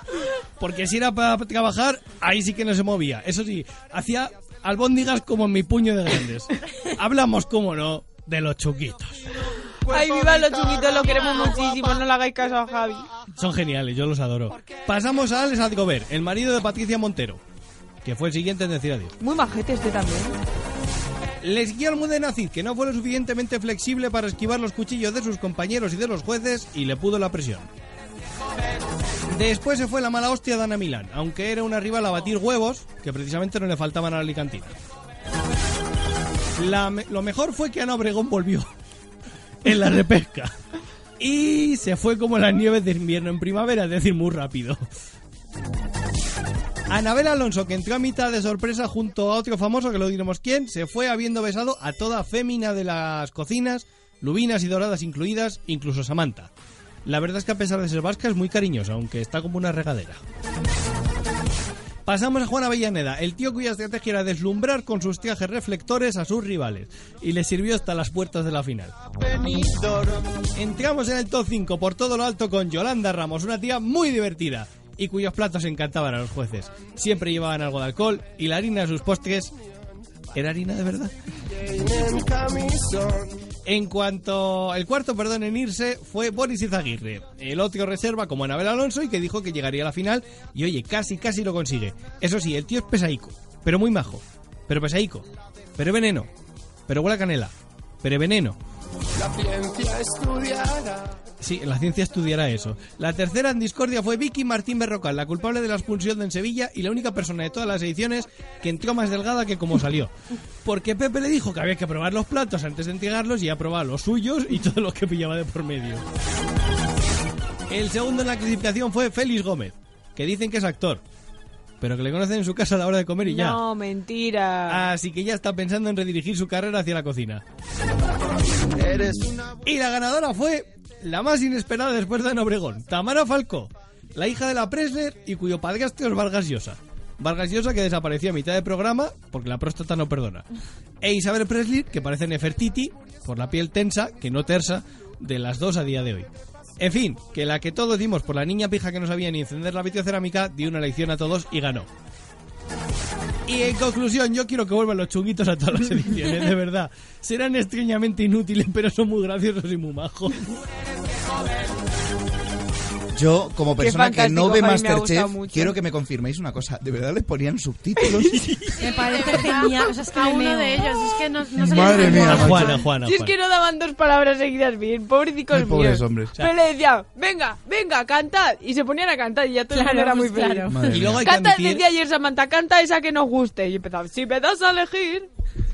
S4: Porque si era para trabajar, ahí sí que no se movía. Eso sí, hacía albóndigas como en mi puño de grandes. Hablamos, como no, de los chuquitos.
S10: Ay, viva los chuquitos, lo queremos muchísimo. No le hagáis caso a Javi.
S4: Son geniales, yo los adoro. Pasamos a Alex Adgover, el marido de Patricia Montero, que fue el siguiente en decir adiós.
S10: Muy majete este también.
S4: Les guía al Mudenacid, que no fue lo suficientemente flexible para esquivar los cuchillos de sus compañeros y de los jueces, y le pudo la presión. Después se fue la mala hostia de Ana Milán, aunque era una rival a batir huevos, que precisamente no le faltaban a la Alicantina. La me- lo mejor fue que Ana Obregón volvió en la repesca Y se fue como las nieves de invierno en primavera, es decir, muy rápido. Anabel Alonso, que entró a mitad de sorpresa junto a otro famoso, que lo diremos quién, se fue habiendo besado a toda fémina de las cocinas, lubinas y doradas incluidas, incluso Samantha. La verdad es que a pesar de ser vasca es muy cariñosa, aunque está como una regadera. Pasamos a Juan Avellaneda, el tío cuya estrategia era deslumbrar con sus trajes reflectores a sus rivales, y le sirvió hasta las puertas de la final. Entramos en el top 5 por todo lo alto con Yolanda Ramos, una tía muy divertida y cuyos platos encantaban a los jueces. Siempre llevaban algo de alcohol y la harina de sus postres era harina de verdad. En cuanto el cuarto, perdón, en irse fue Boris Izaguirre, el otro reserva como Anabel Alonso y que dijo que llegaría a la final y oye, casi casi lo consigue. Eso sí, el tío es pesaico, pero muy majo, pero pesaico, pero veneno, pero huele a canela, pero veneno. Sí, la ciencia estudiará eso. La tercera en discordia fue Vicky Martín Berrocal, la culpable de la expulsión de en Sevilla y la única persona de todas las ediciones que entró más delgada que como salió. Porque Pepe le dijo que había que probar los platos antes de entregarlos y ya probaba los suyos y todos los que pillaba de por medio. El segundo en la clasificación fue Félix Gómez, que dicen que es actor, pero que le conocen en su casa a la hora de comer y ya. Ah,
S10: No, mentira.
S4: Así que ya está pensando en redirigir su carrera hacia la cocina. Y la ganadora fue la más inesperada después de Obregón, Tamara Falco, la hija de la Presler y cuyo padrastro es Vargas Llosa. Vargas Llosa que desapareció a mitad de programa porque la próstata no perdona. E Isabel Presley, que parece Nefertiti, por la piel tensa, que no tersa, de las dos a día de hoy. En fin, que la que todos dimos por la niña pija que no sabía ni encender la vitrocerámica dio una lección a todos y ganó. Y en conclusión, yo quiero que vuelvan los chunguitos a todas las ediciones, de verdad. Serán extrañamente inútiles, pero son muy graciosos y muy majos.
S1: Yo, como
S4: Qué
S1: persona que
S4: fantástico,
S1: no
S4: Javi,
S1: ve
S4: me ha gustado
S1: Masterchef,
S4: mucho.
S1: quiero que me confirméis una cosa. ¿De verdad les ponían subtítulos?
S12: Me parece genial. O sea, es que
S13: a
S12: me
S13: uno
S12: meo.
S13: de ellos, es que no, no se
S1: Madre
S13: les-
S1: mía.
S4: A Juana, Juana,
S16: Si es que no daban dos palabras seguidas bien, pobrecicos
S1: Ay, pobres
S16: míos.
S1: hombres.
S16: Pero le decía, venga, venga, cantad. Y se ponían a cantar y ya todo el
S12: Claro,
S16: mundo era muy
S12: pues,
S16: feliz.
S12: claro.
S4: Madre Y luego mía. hay que
S16: canta,
S4: admitir-
S16: decía ayer Samantha, canta esa que nos guste. Y empezaba, si me das a elegir.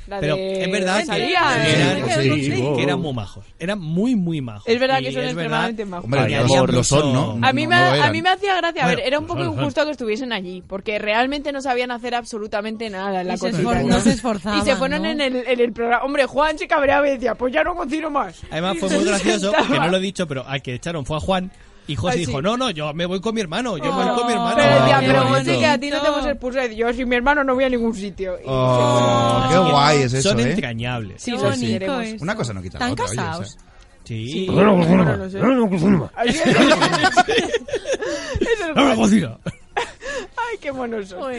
S16: La
S4: Pero
S16: de
S4: es verdad que
S16: Rosalía,
S4: eran,
S16: ¿eh?
S4: sí, que
S1: Oh.
S4: eran muy majos. Eran muy, muy majos.
S16: Es verdad
S4: Y
S16: que son
S4: es
S16: extremadamente majos. Hombre,
S4: Añadían
S1: lo- lo
S4: mucho-
S1: son, ¿no?
S16: A mí, me,
S1: no lo
S16: a
S1: eran.
S16: mí me hacía gracia. a
S4: Bueno,
S16: ver, era un poco
S4: son, son.
S16: injusto que estuviesen allí, porque realmente no sabían hacer absolutamente nada en la
S12: Y se
S16: cocina.
S12: esfor- no se esforzaban,
S16: Y se fueron
S12: ¿no?
S16: en, el, en el programa. Hombre, Juan se cabreaba y decía, pues ya no cocino más.
S4: Además
S16: Y
S4: fue
S16: se
S4: muy gracioso,
S16: sentaba.
S4: que no lo he dicho, pero al que echaron fue a Juan. Y José
S16: Ay, sí. Oh,
S4: dijo, no, no, yo me voy con mi hermano, yo me voy con mi hermano.
S16: Pero decía,
S1: qué
S16: pero
S1: bonito.
S16: vos sí que a ti no te hemos expulsado. Y Yo, sin mi hermano, no voy a ningún sitio. Y-
S1: Oh,
S4: Así
S1: qué
S4: que
S1: guay es eso,
S4: Son
S1: ¿eh?
S4: entrañables.
S16: Sí,
S1: Sí,
S16: sí.
S1: sí.
S16: Queremos.
S1: Una cosa no quita la
S12: ¿Están
S1: otra, oye,
S12: casados?
S1: o sea.
S4: Sí.
S16: Sí.
S4: No, no,
S16: Bueno,
S4: no,
S16: no sé.
S4: no, no, no, no.
S16: Así es. Es el
S4: No, no,
S16: Juan.
S4: cocina.
S16: Ay, qué monos son. Bueno,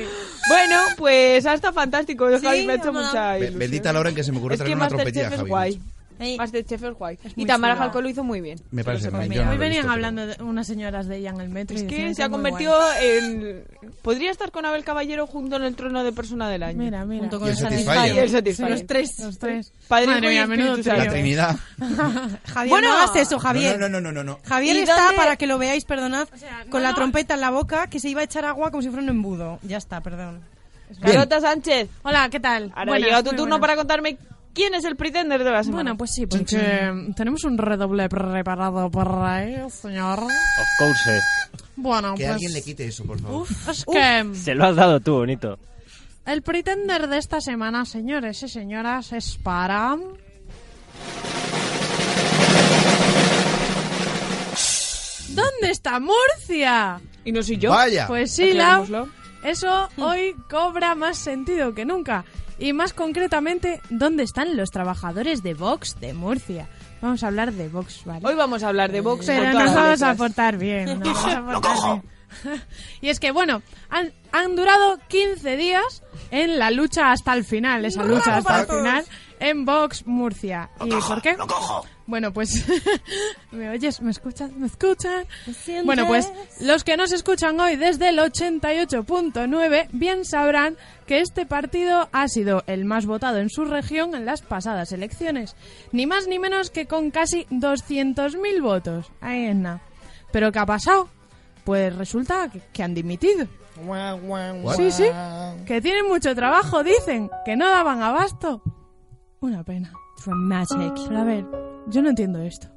S16: pues hasta fantástico. Yo,
S12: Sí,
S16: Javi, me ha hecho
S12: mamá.
S16: mucha
S1: Be-
S16: ilusión.
S1: Bendita la hora en que se me ocurrió
S16: Es
S1: traer
S16: que
S1: una trompetilla,
S16: Masterchef es
S1: Javi.
S16: guay.
S12: Ey,
S16: Masterchef es guay.
S12: Es
S16: y
S12: muy
S16: Tamara
S12: chula.
S16: Jalco lo hizo muy bien.
S1: Me parece bien. yo
S12: Mira,
S1: no lo
S12: Hoy
S1: he
S12: venían
S1: visto,
S12: hablando de unas señoras de ella en el metro. y
S16: Es
S12: decían
S16: que se ha
S12: es muy
S16: convertido
S12: guay.
S16: en... Podría estar con Abel Caballero junto en el trono de persona del año.
S13: Mira, mira.
S12: Junto
S1: Y
S12: con
S1: el
S12: el
S1: Satisfyer.
S12: Satisfyer.
S16: Y el Satisfyer.
S12: Los tres.
S13: Los tres.
S16: Padre,
S13: Madre
S16: Hijo y
S13: mía, menudo
S16: Espíritu Santo.
S1: La
S13: trío.
S1: Trinidad.
S12: Javier,
S16: Bueno.
S12: no hagas eso, Javier.
S1: No, no, no, no,
S10: Oh,
S1: no.
S12: Javier
S16: ¿Y
S12: está,
S16: dónde-
S12: para que lo veáis, perdonad,
S13: sea, no,
S12: con la
S13: no.
S12: trompeta en la boca, que se iba a echar agua como si fuera un embudo. Ya está, perdón.
S1: Bien.
S16: Carota Sánchez,
S13: Hola, ¿qué tal?
S16: ahora
S13: Buenas,
S16: llega tu
S13: muy
S16: turno
S13: buenas.
S16: para contarme quién es el pretender de la semana.
S13: Bueno, pues sí, porque tenemos un redoble preparado para él, señor.
S2: Of course.
S13: Bueno,
S1: Que
S13: pues...
S1: alguien le quite eso, por favor.
S13: Uf, es que...
S2: Se lo has dado tú, bonito.
S13: El pretender de esta semana, señores y señoras, es para. ¿Dónde está Murcia?
S16: Y no soy yo.
S1: Vaya.
S13: Pues sí, Lau,
S16: Aclarémoslo. Hmm.
S13: Eso hoy cobra más sentido que nunca. Y más concretamente, ¿dónde están los trabajadores de Vox de Murcia? Vamos a hablar de Vox, ¿vale?
S16: Hoy vamos a hablar de box.
S13: Pero nos vamos a portar bien. nos vamos a portar bien. y es que, bueno, han, han durado 15 días en la lucha hasta el final, esa lucha hasta el final, en Vox Murcia. ¿Y por qué? Bueno, pues. ¿Me oyes? ¿Me escuchas? ¿Me escuchan? Bueno, pues los que nos escuchan hoy desde el 88.9 bien sabrán que este partido ha sido el más votado en su región en las pasadas elecciones. Ni más ni menos que con casi 200.000 votos. Ahí es nada. ¿Pero qué ha pasado? Pues resulta que- que han dimitido. Sí, sí. Que tienen mucho trabajo, dicen. Que no daban abasto. Una pena. Ah,
S12: Dramatic.
S13: Pero a ver, yo no entiendo esto.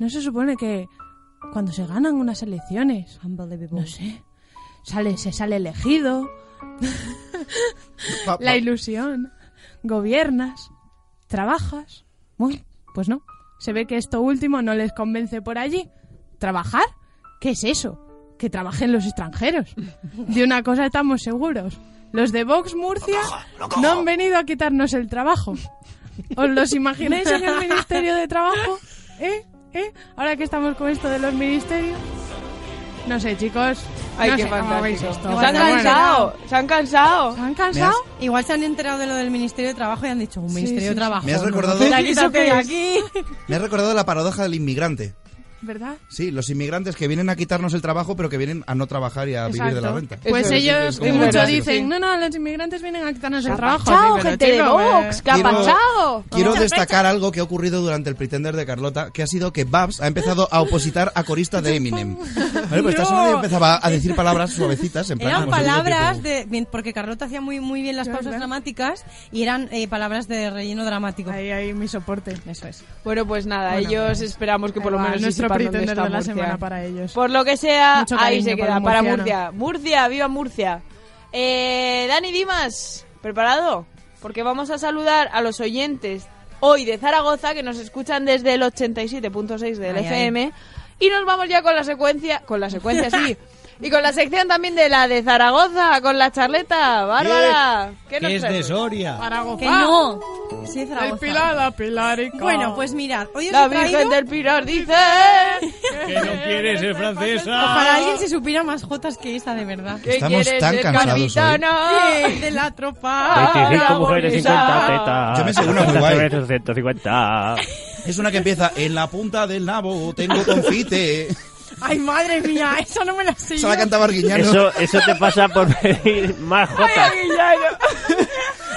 S13: No se supone que cuando se ganan unas elecciones, no sé, sale, se sale elegido,
S1: Pa-
S13: la
S1: pa-
S13: ilusión, gobiernas, trabajas. Bueno, pues no. Se ve que esto último no les convence por allí. ¿Trabajar? ¿Qué es eso? Que trabajen los extranjeros. De una cosa estamos seguros. Los de Vox Murcia no han venido a quitarnos el trabajo. ¿Os los imagináis en el Ministerio de Trabajo? ¿Eh? ¿Eh? Ahora que estamos con esto de los ministerios. No sé, chicos.
S16: Ay,
S13: no
S16: qué
S13: sé cómo
S16: fantástico.
S13: veis esto.
S16: Se
S13: Bueno,
S16: han
S13: bueno.
S16: cansado, se han cansado.
S13: ¿Se han cansado?
S12: Igual se han enterado de lo del Ministerio de Trabajo y han dicho, un Ministerio
S13: sí,
S12: de
S13: sí.
S12: Trabajo.
S1: Me has
S12: no,
S1: recordado-
S12: no, no,
S1: ¿Eso
S12: qué
S13: qué
S12: hay
S13: es?
S12: aquí?
S1: Me has recordado la paradoja del inmigrante.
S13: ¿Verdad?
S1: Sí, los inmigrantes que vienen a quitarnos el trabajo, pero que vienen a no trabajar y a vivir de la renta.
S13: Pues ellos
S1: como
S13: mucho
S1: verdad.
S13: dicen, no, no, los inmigrantes vienen a quitarnos el trabajo.
S16: pachao,
S13: Sí, pero,
S16: gente de
S13: chico,
S16: Vox,
S13: pues,
S16: que ha Quiero- pachao.
S1: Quiero destacar algo que ha ocurrido durante el Pretender de Carlota, que ha sido que Babs ha empezado a opositar a corista de Eminem. Vale, pues esta
S12: No.
S1: semana empezaba a decir palabras suavecitas, en plan
S12: Eran
S1: como siendo
S12: palabras
S1: tipo-
S12: de... bien, Porque Carlota hacía muy, muy bien las
S13: Ya,
S12: pausas
S13: ¿verdad?
S12: dramáticas y eran eh, palabras de relleno dramático.
S13: Ahí, ahí, mi soporte.
S12: Eso es.
S16: Bueno, pues nada,
S13: Bueno,
S16: ellos
S13: pues,
S16: esperamos que
S13: ahí
S16: por lo
S13: va,
S16: menos sepan
S13: nuestro
S16: dónde
S13: pretender
S16: está
S13: de la
S16: Murcia.
S13: semana para ellos.
S16: Por lo que sea,
S13: Mucho
S16: ahí
S13: cariño
S16: se
S13: para
S16: queda,
S13: el
S16: para Murcia.
S13: murciano.
S16: Murcia, viva Murcia. Eh, Dani Dimas, ¿preparado? Porque vamos a saludar a los oyentes hoy de Zaragoza que nos escuchan desde el 87.6 del
S12: Ay, ay.
S16: FM. Y nos vamos ya con la secuencia, con la secuencia, sí. Y con la sección también de la de Zaragoza, con la charleta, Bárbara. ¿Qué nos
S4: es
S16: traes?
S4: de Soria.
S12: Que no. Sí, Zaragoza.
S13: El Pilar, la Pilarica.
S12: Bueno, pues mirad, hoy os
S16: La
S12: he traído-
S16: Virgen del Pilar dice...
S4: Que no quiere ser francesa.
S12: Ojalá alguien se supiera más jotas que esta, de verdad.
S16: ¿Qué
S1: Estamos
S16: quieres
S1: tan
S16: ser
S1: cansados hoy.
S16: capitana?
S12: Eh, De la tropa.
S2: 25 mujeres, 50
S16: Aragonesa.
S2: tetas.
S1: Yo me sé una muy
S2: 50
S1: guay.
S2: cervezas, 150.
S1: Es una que empieza, en la punta del nabo tengo confite.
S12: Ay, madre mía, eso no me lo sé.
S1: Se la cantaba Arguiñano.
S2: Eso, eso te pasa por pedir más jotas.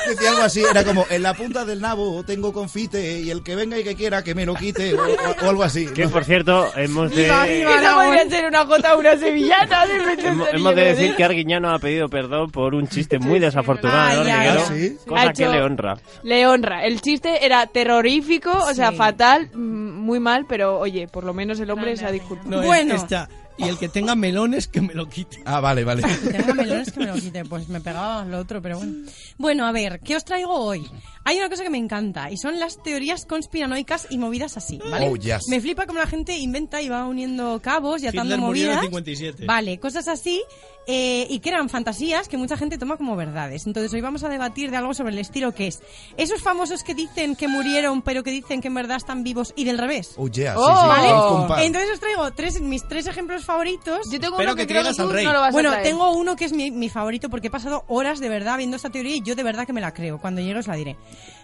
S1: Decía algo así, era como, en la punta del nabo tengo confite y el que venga y que quiera que me lo quite o, o- o algo así.
S2: Que por cierto, hemos de,
S16: Esa podría ser una jota, una sevillana. de repente
S2: hemos,
S16: sería ¿eh?
S2: hemos de
S16: verdad.
S12: ¿eh?
S2: decir que Arguiñano ha pedido perdón por un chiste muy desafortunado,
S12: Ay, ay,
S2: Hormiguero,
S1: ay. ¿Ah, sí?
S2: cosa
S16: Ha
S2: que
S16: hecho-
S2: le honra.
S16: Le honra. El chiste era terrorífico, o sea,
S12: Sí.
S16: fatal, mm, muy mal, pero oye, por lo menos el hombre
S12: No,
S16: se ha
S12: no,
S16: disculpado.
S4: No, es este
S12: Bueno.
S4: esta. Y el que tenga melones, que me lo quite.
S1: Ah, vale, vale.
S12: Tengo melones que me lo quite, pues me pegaba lo otro, pero bueno. Bueno, a ver, ¿qué os traigo hoy? Hay una cosa que me encanta y son las teorías conspiranoicas y movidas así, ¿vale?
S1: Oh, yes.
S12: Me flipa como la gente inventa y va uniendo cabos y atando
S4: Hitler murió en el
S12: movidas.
S4: 57.
S12: Vale, cosas así eh, y que eran fantasías que mucha gente toma como verdades. Entonces hoy vamos a debatir de algo sobre el estilo que es esos famosos que dicen que murieron pero que dicen que en verdad están vivos y del revés.
S1: Oh, yeah, sí,
S16: Oh.
S1: sí,
S16: Vale.
S1: conozco un par.
S12: Entonces os traigo tres, mis tres ejemplos favoritos.
S16: Yo tengo
S4: Espero
S16: uno que,
S4: que
S16: creo que
S4: traigas
S16: tú
S4: al rey.
S16: no lo vas
S12: Bueno,
S16: a traer.
S12: tengo uno que es mi, mi favorito porque he pasado horas de verdad viendo esta teoría y yo de verdad que me la creo. Cuando llegue os la diré.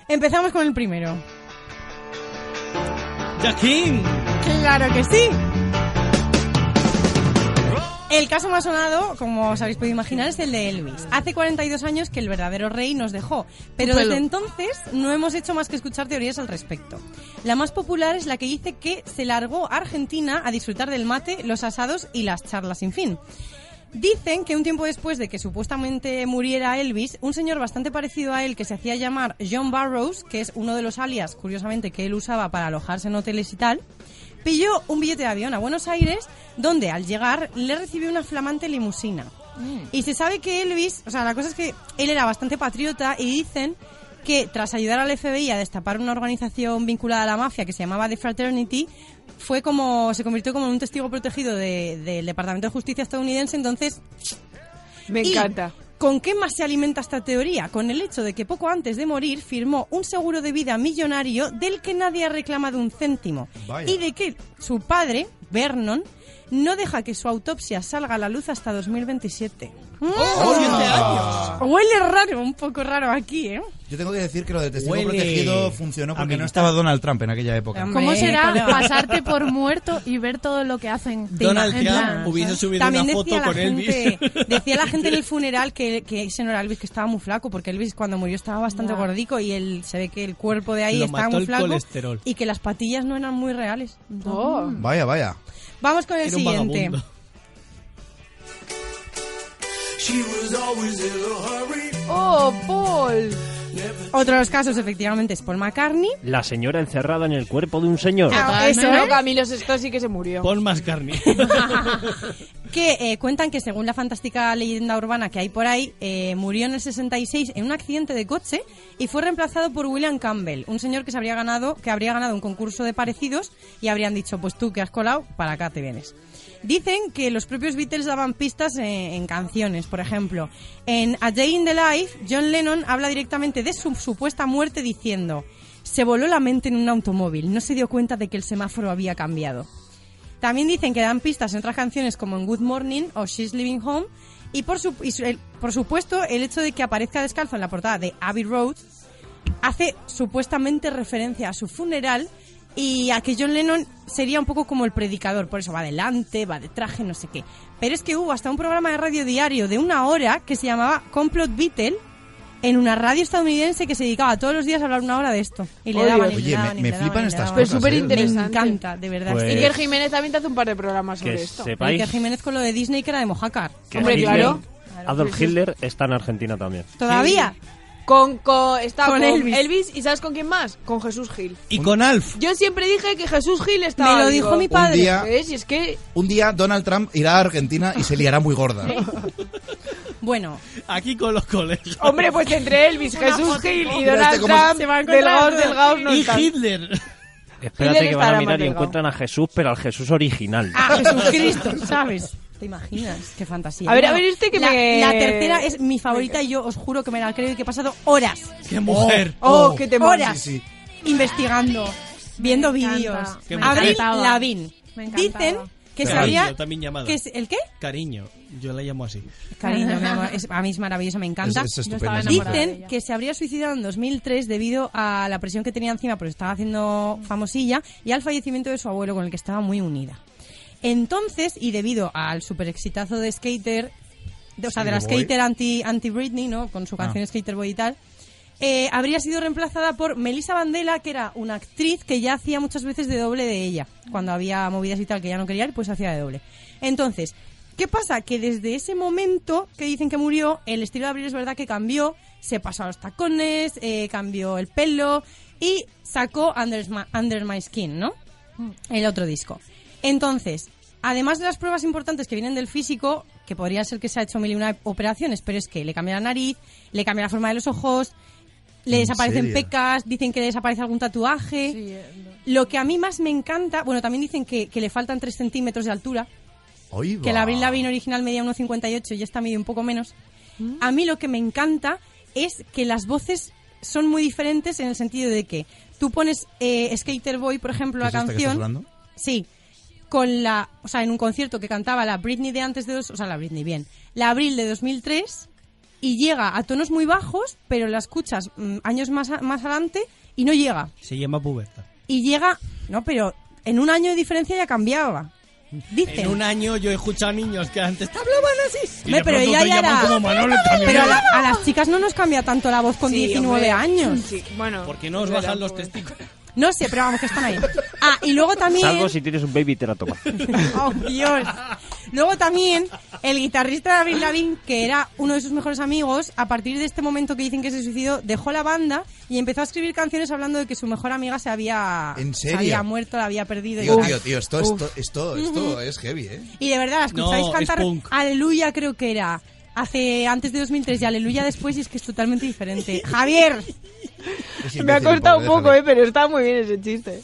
S12: Empezamos con el primero.
S4: ¡Jaquín!
S12: ¡Claro que sí! El caso más sonado, como os habéis podido imaginar, es el de Elvis. Hace 42 años que el verdadero rey nos dejó, pero
S16: Tu pelo.
S12: desde entonces no hemos hecho más que escuchar teorías al respecto. La más popular es la que dice que se largó a Argentina a disfrutar del mate, los asados y las charlas sin fin. Dicen que un tiempo después de que supuestamente muriera Elvis, un señor bastante parecido a él que se hacía llamar John Barrows, que es uno de los alias, curiosamente, que él usaba para alojarse en hoteles y tal, pilló un billete de avión a Buenos Aires, donde al llegar le recibió una flamante limusina. Y se sabe que Elvis, o sea, la cosa es que él era bastante patriota y dicen que tras ayudar al FBI a destapar una organización vinculada a la mafia que se llamaba The Fraternity, fue como se convirtió como en un testigo protegido de- del Departamento de Justicia estadounidense, entonces
S16: Me
S12: y,
S16: encanta.
S12: ¿Con qué más se alimenta esta teoría? Con el hecho de que poco antes de morir firmó un seguro de vida millonario del que nadie ha reclamado un céntimo.
S1: Vaya.
S12: Y de que su padre, Vernon, no deja que su autopsia salga a la luz hasta 2027. Mm. Huele raro, un poco raro aquí, ¿eh?
S1: Yo tengo que decir que lo del testigo
S4: Huele
S1: protegido funcionó porque no
S4: militar.
S1: estaba Donald Trump en aquella época.
S12: Hombre,
S13: ¿Cómo será
S12: colega.
S13: pasarte por muerto y ver todo lo que hacen?
S4: Donald
S13: En plan,
S4: Trump hubiese
S13: ¿sabes?
S4: subido
S12: También
S4: una
S12: decía
S4: foto
S12: la
S4: con
S12: gente,
S4: Elvis.
S12: decía la gente en el funeral que, que ese no era Elvis, que estaba muy flaco, porque Elvis cuando murió estaba bastante
S13: Ya.
S12: gordico y él se ve que el cuerpo de ahí
S4: Lo
S12: estaba
S4: mató
S12: muy
S4: el
S12: flaco
S4: colesterol.
S12: y que las patillas no eran muy reales.
S16: Oh.
S1: Vaya, vaya.
S12: Vamos con el
S4: Era un
S12: siguiente.
S4: vagabundo.
S16: Oh, Paul.
S12: Otro de los casos, efectivamente, es Paul McCartney. Ah,
S2: La señora encerrada en el cuerpo de un señor.
S12: eso
S10: Ah, ¿eh?
S12: ¿eh?
S10: no,
S12: es.
S10: Camilo esto sí que se murió.
S4: Paul McCartney.
S12: que eh, cuentan que según la fantástica leyenda urbana que hay por ahí, eh, murió en el 66 en un accidente de coche y fue reemplazado por William Campbell, un señor que se habría ganado, que habría ganado un concurso de parecidos y habrían dicho, pues tú que has colado, para acá te vienes. Dicen que los propios Beatles daban pistas eh, en canciones, por ejemplo. En A Day in the Life, John Lennon habla directamente de su supuesta muerte diciendo, se voló la mente en un automóvil, no se dio cuenta de que el semáforo había cambiado. También dicen que dan pistas en otras canciones como en Good Morning o She's Living Home. Y por, su- y su- el- por supuesto, el hecho de que aparezca descalzo en la portada de Abbey Road hace supuestamente referencia a su funeral y a que John Lennon sería un poco como el predicador. Por eso va adelante, va de traje, no sé qué. Pero es que hubo hasta un programa de radio diario de una hora que se llamaba Complot Beatle en una radio estadounidense que se dedicaba todos los días a hablar una hora de esto. Y le
S10: Oye,
S12: daban, y le
S1: oye,
S12: daban,
S1: me-
S12: y
S1: me
S12: le daban,
S1: flipan
S12: y le
S1: estas ¿eh?
S12: daban.
S10: Pues súper
S12: Me
S10: interesante.
S12: encanta, de verdad.
S2: Pues-
S10: Iker Jiménez también te hace un par de programas sobre
S2: Que
S10: esto.
S2: sepáis-
S12: Iker Jiménez con lo de Disney que era de Mojácar.
S2: que
S10: Hombre,
S2: Hitler-
S10: claro.
S2: Adolf Hitler está en Argentina también.
S12: ¿Todavía?
S10: Con, con, está
S12: Con
S10: con,
S12: Elvis.
S10: Elvis. ¿Y sabes con quién más? Con Jesús Gil.
S4: Y con Alf.
S10: Yo siempre dije que Jesús Gil estaba.
S12: Me lo
S10: vivo.
S12: dijo mi padre.
S1: Un día-
S10: ¿Ves? Y es que.
S1: Un día Donald Trump irá a Argentina y se liará muy gorda.
S12: Bueno,
S4: Aquí con los colegas.
S10: Hombre, pues entre Elvis,
S12: Una
S10: Jesús
S12: foto.
S10: Gil y
S1: Pero este
S10: Donald
S1: como-
S10: Trump,
S12: Se va
S10: del
S12: encontrando.
S10: Gaos del Gaos no
S4: y
S10: están.
S4: Hitler.
S2: Espérate
S10: Hitler
S2: que van
S10: estará
S2: a
S10: más
S2: mirar y
S10: delgado.
S2: encuentran a Jesús, pero al Jesús original.
S12: a Ah, Jesucristo, ¿sabes? ¿Te imaginas? Qué fantasía.
S10: A ver,
S12: Bueno,
S10: a ver este que
S12: la,
S10: me-
S12: La tercera es mi favorita y yo os juro que me la creo y que he pasado horas.
S4: ¡Qué mujer!
S10: Oh, qué temor.
S12: Horas investigando, viendo
S13: encanta,
S12: vídeos.
S4: Qué mujer.
S12: Abril
S13: encantaba.
S12: Lavín.
S13: Me encantaba.
S12: Dicen que
S4: Cariño,
S12: sabía...
S4: también llamada.
S12: que es- ¿El qué?
S4: Cariño, yo la llamo así.
S12: Cariño, mi amor, es- a mí es maravilloso, me encanta.
S1: Es- es
S13: Yo estaba
S1: estupenda esa
S13: enamorada.
S1: mujer.
S13: de
S12: Dicen
S13: ella.
S12: que se habría suicidado en 2003 debido a la presión que tenía encima porque estaba haciendo famosilla y al fallecimiento de su abuelo con el que estaba muy unida. Entonces, y debido al super exitazo de Skater, de- o sea, de la
S1: Skater Boy.
S12: Skater anti, anti Britney, ¿no? Con su canción Skater Boy y tal, eh, habría sido reemplazada por Melissa Vandela, que era una actriz que ya hacía muchas veces de doble de ella. Cuando había movidas y tal que ya no quería ir, pues hacía de doble. Entonces, ¿qué pasa? Que desde ese momento que dicen que murió, el estilo de Abril es verdad que cambió, se pasó a los tacones, eh, cambió el pelo y sacó Under, My- Under My Skin, ¿no? El otro disco. Entonces, además de las pruebas importantes que vienen del físico, que podría ser que se ha hecho mil y una operaciones, pero es que le cambia la nariz, le cambia la forma de los ojos, le
S1: ¿En
S12: desaparecen
S1: serio?
S12: pecas, dicen que le desaparece algún tatuaje.
S13: Sí, eh,
S12: Lo que a mí más me encanta, bueno, también dicen que, que le faltan 3 centímetros de altura,
S1: Ahí va.
S12: que la Avril Lavigne original medía 1,58 y esta mide un poco menos. A mí lo que me encanta es que las voces son muy diferentes en el sentido de que tú pones eh, Skater Boy, por ejemplo,
S1: ¿Qué
S12: la
S1: es esta que estás
S12: canción.
S1: hablando?
S12: Sí, con la, o sea, en un concierto que cantaba la Britney de antes de dos, o sea, la Britney bien, la Abril de 2003 y llega a tonos muy bajos, pero la escuchas mm, años más a- más adelante y no llega
S4: Se llama pubertad.
S12: y llega, no, pero en un año de diferencia ya cambiaba. Dicen.
S4: En un año yo he escuchado niños que antes
S12: Hablaban así.
S4: Y de
S12: Hombre, pero
S4: pronto
S12: ella
S4: te
S12: ya
S4: llaman
S12: era.
S4: como Manolo el camionero.
S12: Pero a, la- a las chicas no nos cambia tanto la voz con
S10: Sí,
S12: 19
S10: hombre.
S12: años.
S10: Sí, bueno.
S4: ¿Por qué no os
S10: es verdad,
S4: bajan los
S10: pues.
S4: testículos?
S12: No sé, pero vamos, que están ahí. Ah, y luego también.
S2: Salvo si tienes un baby y te la tomas.
S12: Oh, Dios. Luego también, el guitarrista David Lavigne, que era uno de sus mejores amigos, a partir de este momento que dicen que se suicidó, dejó la banda y empezó a escribir canciones hablando de que su mejor amiga se había,
S1: ¿En
S12: se
S1: serio?
S12: había muerto, la había perdido. y
S1: Tío,
S12: tal.
S1: tío, tío, esto, esto, esto, esto es heavy, ¿eh?
S12: Y de verdad, la escucháis
S4: No, es
S12: cantar
S4: punk.
S12: Aleluya, creo que era. Hace antes de 2003 y Aleluya después y es que es totalmente diferente. Javier,
S1: Es
S10: Me ha
S1: imbécil,
S10: costado un
S1: pobre,
S10: poco,
S1: déjale.
S10: eh, pero está muy bien ese chiste.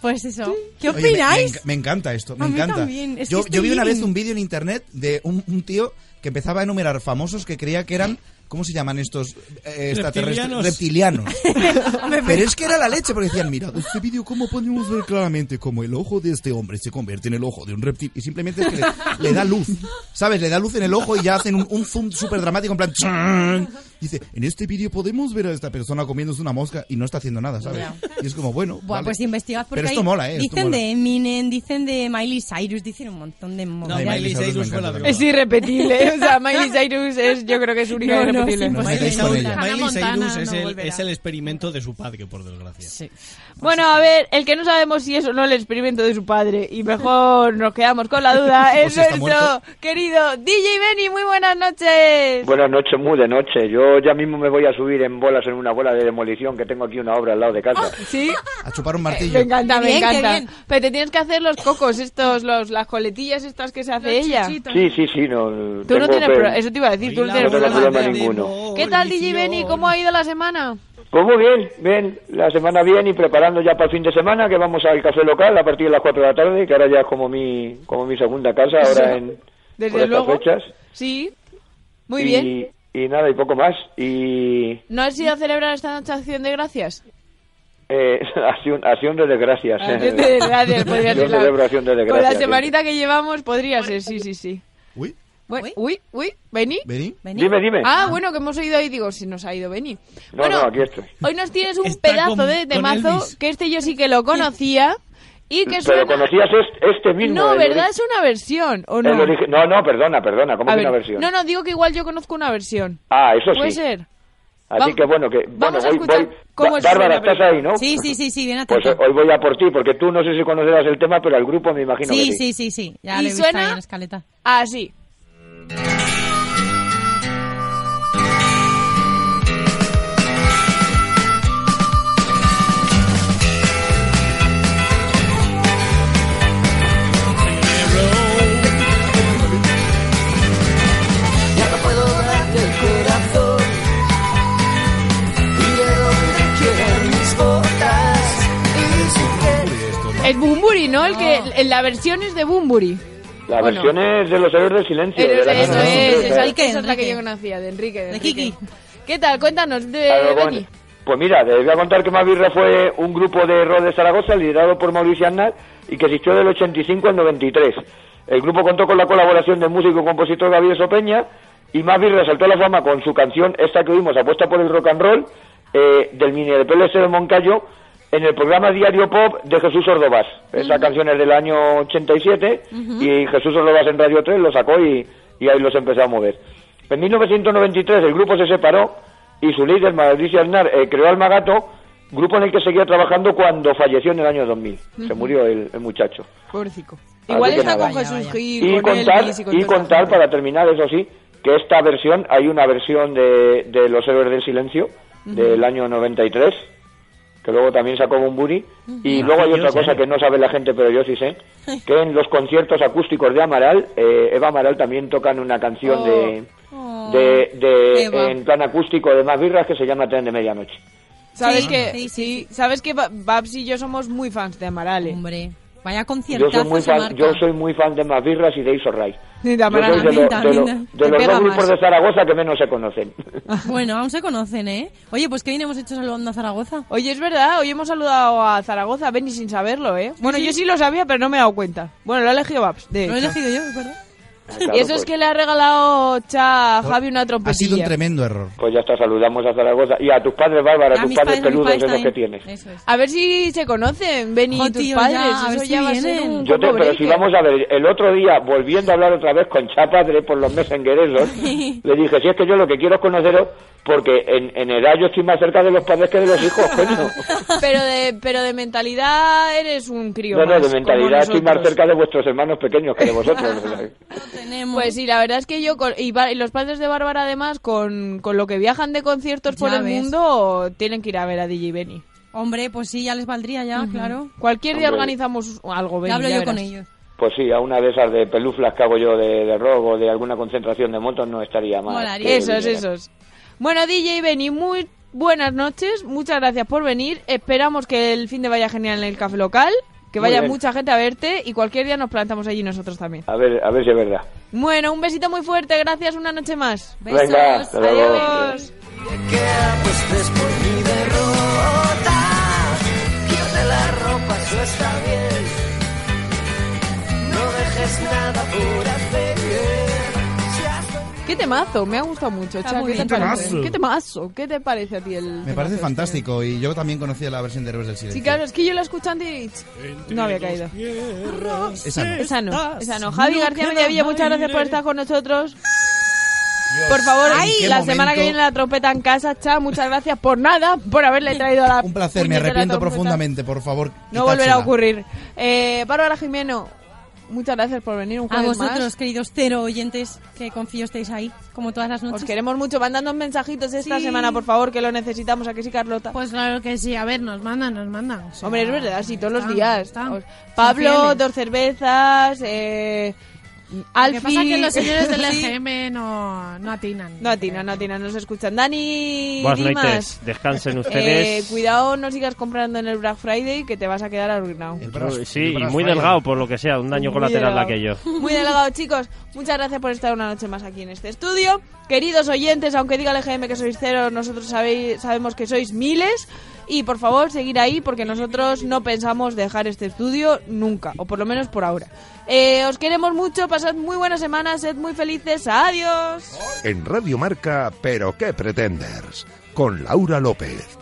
S12: pues eso. ¿Qué
S1: Oye, me-
S12: opináis?
S1: Me, enca- me encanta esto, me
S12: A mí
S1: encanta.
S12: también, es que
S1: yo,
S12: estoy
S1: yo vi una vez
S12: living.
S1: un vídeo en internet de un, un tío que empezaba a enumerar famosos que creía que eran. ¿Cómo se llaman estos eh, extraterrestres? Reptilianos. Pero es que era la leche, porque decían, mira, este vídeo, ¿cómo podemos ver claramente cómo el ojo de este hombre se convierte en el ojo de un reptil? Y simplemente es que le, le da luz, ¿sabes? Le da luz en el ojo y ya hacen un, un zoom súper dramático, en plan... chan. Dice, en este vídeo podemos ver a esta persona comiéndose una mosca y no está haciendo nada, ¿sabes?
S12: Ya.
S1: Y es como, bueno,
S12: Buah,
S1: vale.
S12: pues investigad porque
S1: Pero esto
S12: hay-
S1: mola, ¿eh? Esto
S12: dicen
S1: mola.
S12: de Eminem, dicen de Miley Cyrus, dicen un montón de
S4: No,
S12: movidas.
S1: Miley
S4: Miley
S1: Cyrus me
S4: Cyrus fue la
S1: encanta
S4: droga.
S10: ¿eh? Es irrepetible. O sea, Miley Cyrus es, yo creo que es única
S12: No,
S10: y
S12: no,
S10: Indiscutible.
S4: Miley
S10: Miley
S4: Cyrus-
S10: Montana.
S4: Miley Cyrus
S10: pues Hannah Montana
S4: es,
S10: no
S4: el,
S10: volverá.
S4: es el experimento de su padre, por desgracia.
S10: Bueno, a ver, el que no sabemos si es o no el experimento de su padre, y mejor nos quedamos con la duda,
S17: O
S10: es
S17: si está
S10: nuestro
S17: muerto.
S10: querido DJ Benny. Muy buenas noches.
S17: Buenas noches, muy de noche. Yo ya mismo me voy a subir en bolas en una bola de demolición que tengo aquí una obra al lado de casa.
S14: Ah.
S10: ¿Sí?
S1: A chupar un
S10: Me
S1: martillo.
S10: encanta, me
S17: Bien, qué
S10: encanta.
S17: bien.
S10: Pero te tienes que hacer los cocos estos, los, las coletillas estas que se hace ella.
S17: Sí, sí, sí, no.
S10: Tú no
S17: tengo
S10: tienes
S17: pe-
S10: pro- eso te iba a decir, tú no
S17: no
S10: tienes
S17: tengo
S10: problema.
S17: problema ninguno.
S10: ¿Qué tal, DJ Benny? ¿Cómo ha ido la semana?
S17: Pues muy bien, bien, la semana bien y preparando ya para el fin de semana que vamos al café local a partir de las 4 de la tarde, que ahora ya es como mi, como mi segunda casa ahora en
S10: Desde
S17: por estas
S10: luego.
S17: fechas.
S10: Sí. Muy
S17: Y-
S10: bien.
S17: Y nada, y poco más. Y
S10: ¿No has ido a celebrar esta noche acción de gracias?
S17: eh, acción, acción de desgracias. ¿eh?
S10: Acción de desgracias, podría
S17: Yo
S10: ser la-
S17: celebro acción de
S10: Con la
S17: desgracias.
S10: semanita que llevamos podría ser, sí, sí, sí.
S1: Uy.
S10: Uy, uy, uy, Benny.
S1: Benny.
S17: Dime, dime.
S10: Ah, bueno, que hemos oído ahí, digo, si nos ha ido Benny.
S17: No,
S10: bueno,
S17: no, aquí estoy.
S10: hoy nos tienes un pedazo
S17: con-
S10: de
S17: con
S10: temazo,
S17: Elvis.
S10: que este yo sí que lo conocía, y que suena...
S17: Pero conocías este, este mismo.
S10: No,
S17: el
S10: ¿verdad?
S17: ori-
S10: Es una versión, ¿o no?
S17: el origi- No, no, perdona, perdona, ¿cómo
S10: A
S17: que
S10: ver,
S17: una versión?
S10: No, no, digo que igual yo conozco una versión.
S17: Ah, eso
S10: Puede
S17: sí.
S10: ser.
S17: Así
S10: vam-
S17: que bueno, que bueno,
S10: vamos a
S17: voy,
S10: escuchar
S17: voy-
S10: cómo
S17: Ba-
S10: es
S17: Bárbara,
S10: una
S17: estás
S10: película.
S17: ahí, ¿no?
S12: Sí, sí, sí, sí, bien
S17: Pues
S12: atento.
S17: eh, hoy voy a por ti, porque tú no sé si conocerás el tema, pero al grupo me imagino que
S12: sí, sí,
S17: sí.
S12: sí, sí. Ya
S10: Y
S12: lo he visto
S10: suena-
S12: ahí en escaleta.
S10: Ah, sí.
S18: Ya no puedo darte el corazón y de donde quieran mis botas y si quieres
S10: Es Bumburi, ¿no? El que el- la versión es de Bumburi.
S17: La
S10: ¿O no?
S17: versión es de los héroes del silencio.
S10: Pero
S17: de la
S10: eso
S17: canción.
S10: es, esa
S17: Entonces,
S10: es la que yo conocía, de Enrique. De, Kiki. ¿Qué tal? Cuéntanos, de
S17: Claro, bueno.
S10: Beni.
S17: Pues mira, te voy a contar que Mavirra fue un grupo de rock de Zaragoza liderado por Mauricio Aznar y que existió del 85 al 93. El grupo contó con la colaboración del músico y compositor Gabriel Sopeña y Mavirra saltó a la fama con su canción, esta que oímos, Apuesta por el Rock and Roll, eh, del mini de PLS de Moncayo, en el programa Diario Pop de Jesús Ordovás. Esa canción es del año 87 y Jesús Ordovás en Radio 3 lo sacó y, y ahí los empezó a mover. En 1993 el grupo se separó y su líder, Mauricio Aznar, eh, creó Almagato, grupo en el que seguía trabajando cuando falleció en el año 2000. Se
S10: Ujú.
S17: murió el, el muchacho.
S10: Pobrecico.
S17: Así
S10: Igual
S17: que
S10: está
S17: nada.
S10: con Jesús Gil,
S17: Y
S10: con
S17: contar,
S10: Elvis y con
S17: y
S10: toda esa
S17: contar
S10: gente.
S17: para terminar, eso sí, que esta versión, hay una versión de, de Los Héroes del Silencio
S10: Ujú.
S17: del año 93, que luego también sacó Bumburi. Y
S19: Ujú.
S17: luego hay
S19: Yo
S17: otra
S19: sé.
S17: cosa que no sabe la gente, pero yo sí sé, que en los conciertos acústicos de Amaral, eh, Eva Amaral también tocan una canción de, de, de-
S10: Oh. Eva.
S17: en plan acústico de más birras que se llama Tren de Medianoche.
S10: ¿Sabes que sí, sabes que Ba- Babs y yo somos muy fans de Amarale. Hombre, vaya
S17: Yo
S10: conciertazo
S17: soy, muy fan, yo soy muy fan de más birras y de Iso Ray.
S10: De
S17: Yo
S10: Amaral.
S17: soy de, lo- de lo-
S12: también.
S17: de
S12: Te
S17: los
S12: pega
S17: dos grupos
S12: más.
S17: de Zaragoza que menos se conocen. Ah,
S12: Bueno, aún se conocen, ¿eh? Oye, pues qué bien hemos hecho saludando a Zaragoza.
S10: Oye, es verdad, hoy hemos saludado a Zaragoza, Benny, sin saberlo, ¿eh? Bueno, yo sí lo sabía, pero no me he dado cuenta. Bueno, lo ha elegido Babs, de
S12: Lo he
S10: hecho.
S12: elegido yo, ¿verdad?
S17: claro,
S10: y eso
S17: pues.
S10: es que le ha regalado cha a
S17: No,
S10: Javi una trompetilla.
S1: tremendo error.
S17: Pues ya está, saludamos a Zaragoza. Y a tus padres, Bárbara,
S10: A
S17: a tus
S10: mis
S17: padres
S10: padres, a mis
S17: peludos,
S10: padres
S17: esos que
S10: también.
S17: tienes.
S10: A ver si se conocen, Benny
S12: Jo,
S10: y tus
S12: tío, ya,
S10: padres.
S12: a ver
S10: eso
S12: si
S10: ya va a ser
S12: vienen.
S10: un
S17: Yo te,
S10: combo
S17: pero si
S10: breaker.
S17: vamos a ver, el otro día, volviendo a hablar otra vez con Chapadre por los messengereros, le dije, si es que yo lo que quiero es conoceros, porque en, en edad yo estoy más cerca de los padres que de los hijos, coño.
S10: Pero de, pero de mentalidad eres un crío.
S17: No, no,
S10: más,
S17: de
S10: como
S17: mentalidad estoy más
S10: nosotros.
S17: cerca de vuestros hermanos pequeños que de vosotros.
S10: Pues sí, la verdad es que yo con- y, va- y los padres de Bárbara además con, con lo que viajan de conciertos por
S12: Ya
S10: el
S12: ves.
S10: mundo tienen que ir a ver a DJ Benny.
S12: Hombre, pues sí, ya les valdría ya, claro.
S10: Cualquier día
S17: Hombre.
S10: organizamos algo, Benny.
S12: Ya hablo yo con
S10: verás.
S12: ellos.
S17: Pues sí, a una de esas de peluflas que hago yo de, de rock o de alguna concentración de motos no estaría mal. que
S10: Esos,
S17: viniera.
S10: esos. Bueno, DJ Benny, muy buenas noches. Muchas gracias por venir. Esperamos que el fin de vaya genial en el café local. Que
S17: Muy
S10: vaya
S17: bien.
S10: mucha gente a verte y cualquier día nos plantamos allí nosotros también.
S17: A ver, a ver si es verdad.
S10: Bueno, un besito muy fuerte, gracias, una noche más.
S17: Venga, Besos. hasta luego.
S10: Adiós.
S18: apuestes por mi derrota pierde la ropa eso está bien no dejes nada por hacer si has
S10: Qué temazo, me ha gustado mucho. Cha,
S12: muy
S10: ¿qué, te
S12: bien.
S10: parece?
S1: Temazo.
S10: ¿Qué temazo? ¿Qué te parece a ti el
S1: Me
S10: temazo
S1: parece
S10: este?
S1: fantástico y yo también conocía la versión de Héroes del
S10: Sí,
S1: Silencio.
S10: claro, es que yo la escuché antes y no había caído.
S1: Esa no.
S10: Esa no, esa no. Javi
S12: No
S10: García
S12: queda
S10: Mediavilla, muchas
S12: aire.
S10: gracias por estar con nosotros. Por favor,
S1: ¿en qué
S10: la semana
S1: momento?
S10: que viene la trompeta en casa, Cha, muchas gracias por nada, por haberle traído a la
S1: Un placer, me
S10: puñetera
S1: arrepiento
S10: trompeta.
S1: profundamente, por favor.
S10: No volverá
S1: quitádsela.
S10: a ocurrir. Eh, Bárbara Jimeno, muchas gracias por venir un
S12: A
S10: jueves
S12: vosotros,
S10: más.
S12: queridos cero oyentes, que confío estéis ahí, como todas las noches.
S10: Os queremos mucho. Mandadnos mensajitos esta
S12: Sí.
S10: semana, por favor, que lo necesitamos. ¿A que sí, Carlota?
S13: Pues claro que sí, a ver, nos mandan, nos mandan. o sea,
S10: Hombre, es verdad, sí, todos los
S13: están,
S10: días.
S13: están.
S10: Os- Pablo,
S13: fieles.
S10: dos cervezas, eh,
S13: Lo que
S10: Alfie...
S13: pasa es que los señores del
S10: Sí.
S13: EGM no, no atinan.
S10: No atinan, no atinan, nos escuchan. Dani,
S2: Buenas
S10: Dimas,
S2: noches, descansen
S10: eh,
S2: ustedes.
S10: cuidado, no sigas comprando en el Black Friday que te vas a quedar arruinado.
S2: sí, y muy delgado por lo que sea, un daño
S10: Muy
S2: colateral
S10: delgado.
S2: aquello.
S10: Muy delegado, chicos. Muchas gracias por estar una noche más aquí en este estudio. Queridos oyentes, aunque diga el EGM que sois cero, nosotros sabéis, sabemos que sois miles. Y por favor, seguir ahí porque nosotros no pensamos dejar este estudio nunca, o por lo menos por ahora. Eh, os queremos mucho, pasad muy buenas semanas, sed muy felices. Adiós.
S9: En Radio Marca, pero qué pretenders, con Laura López.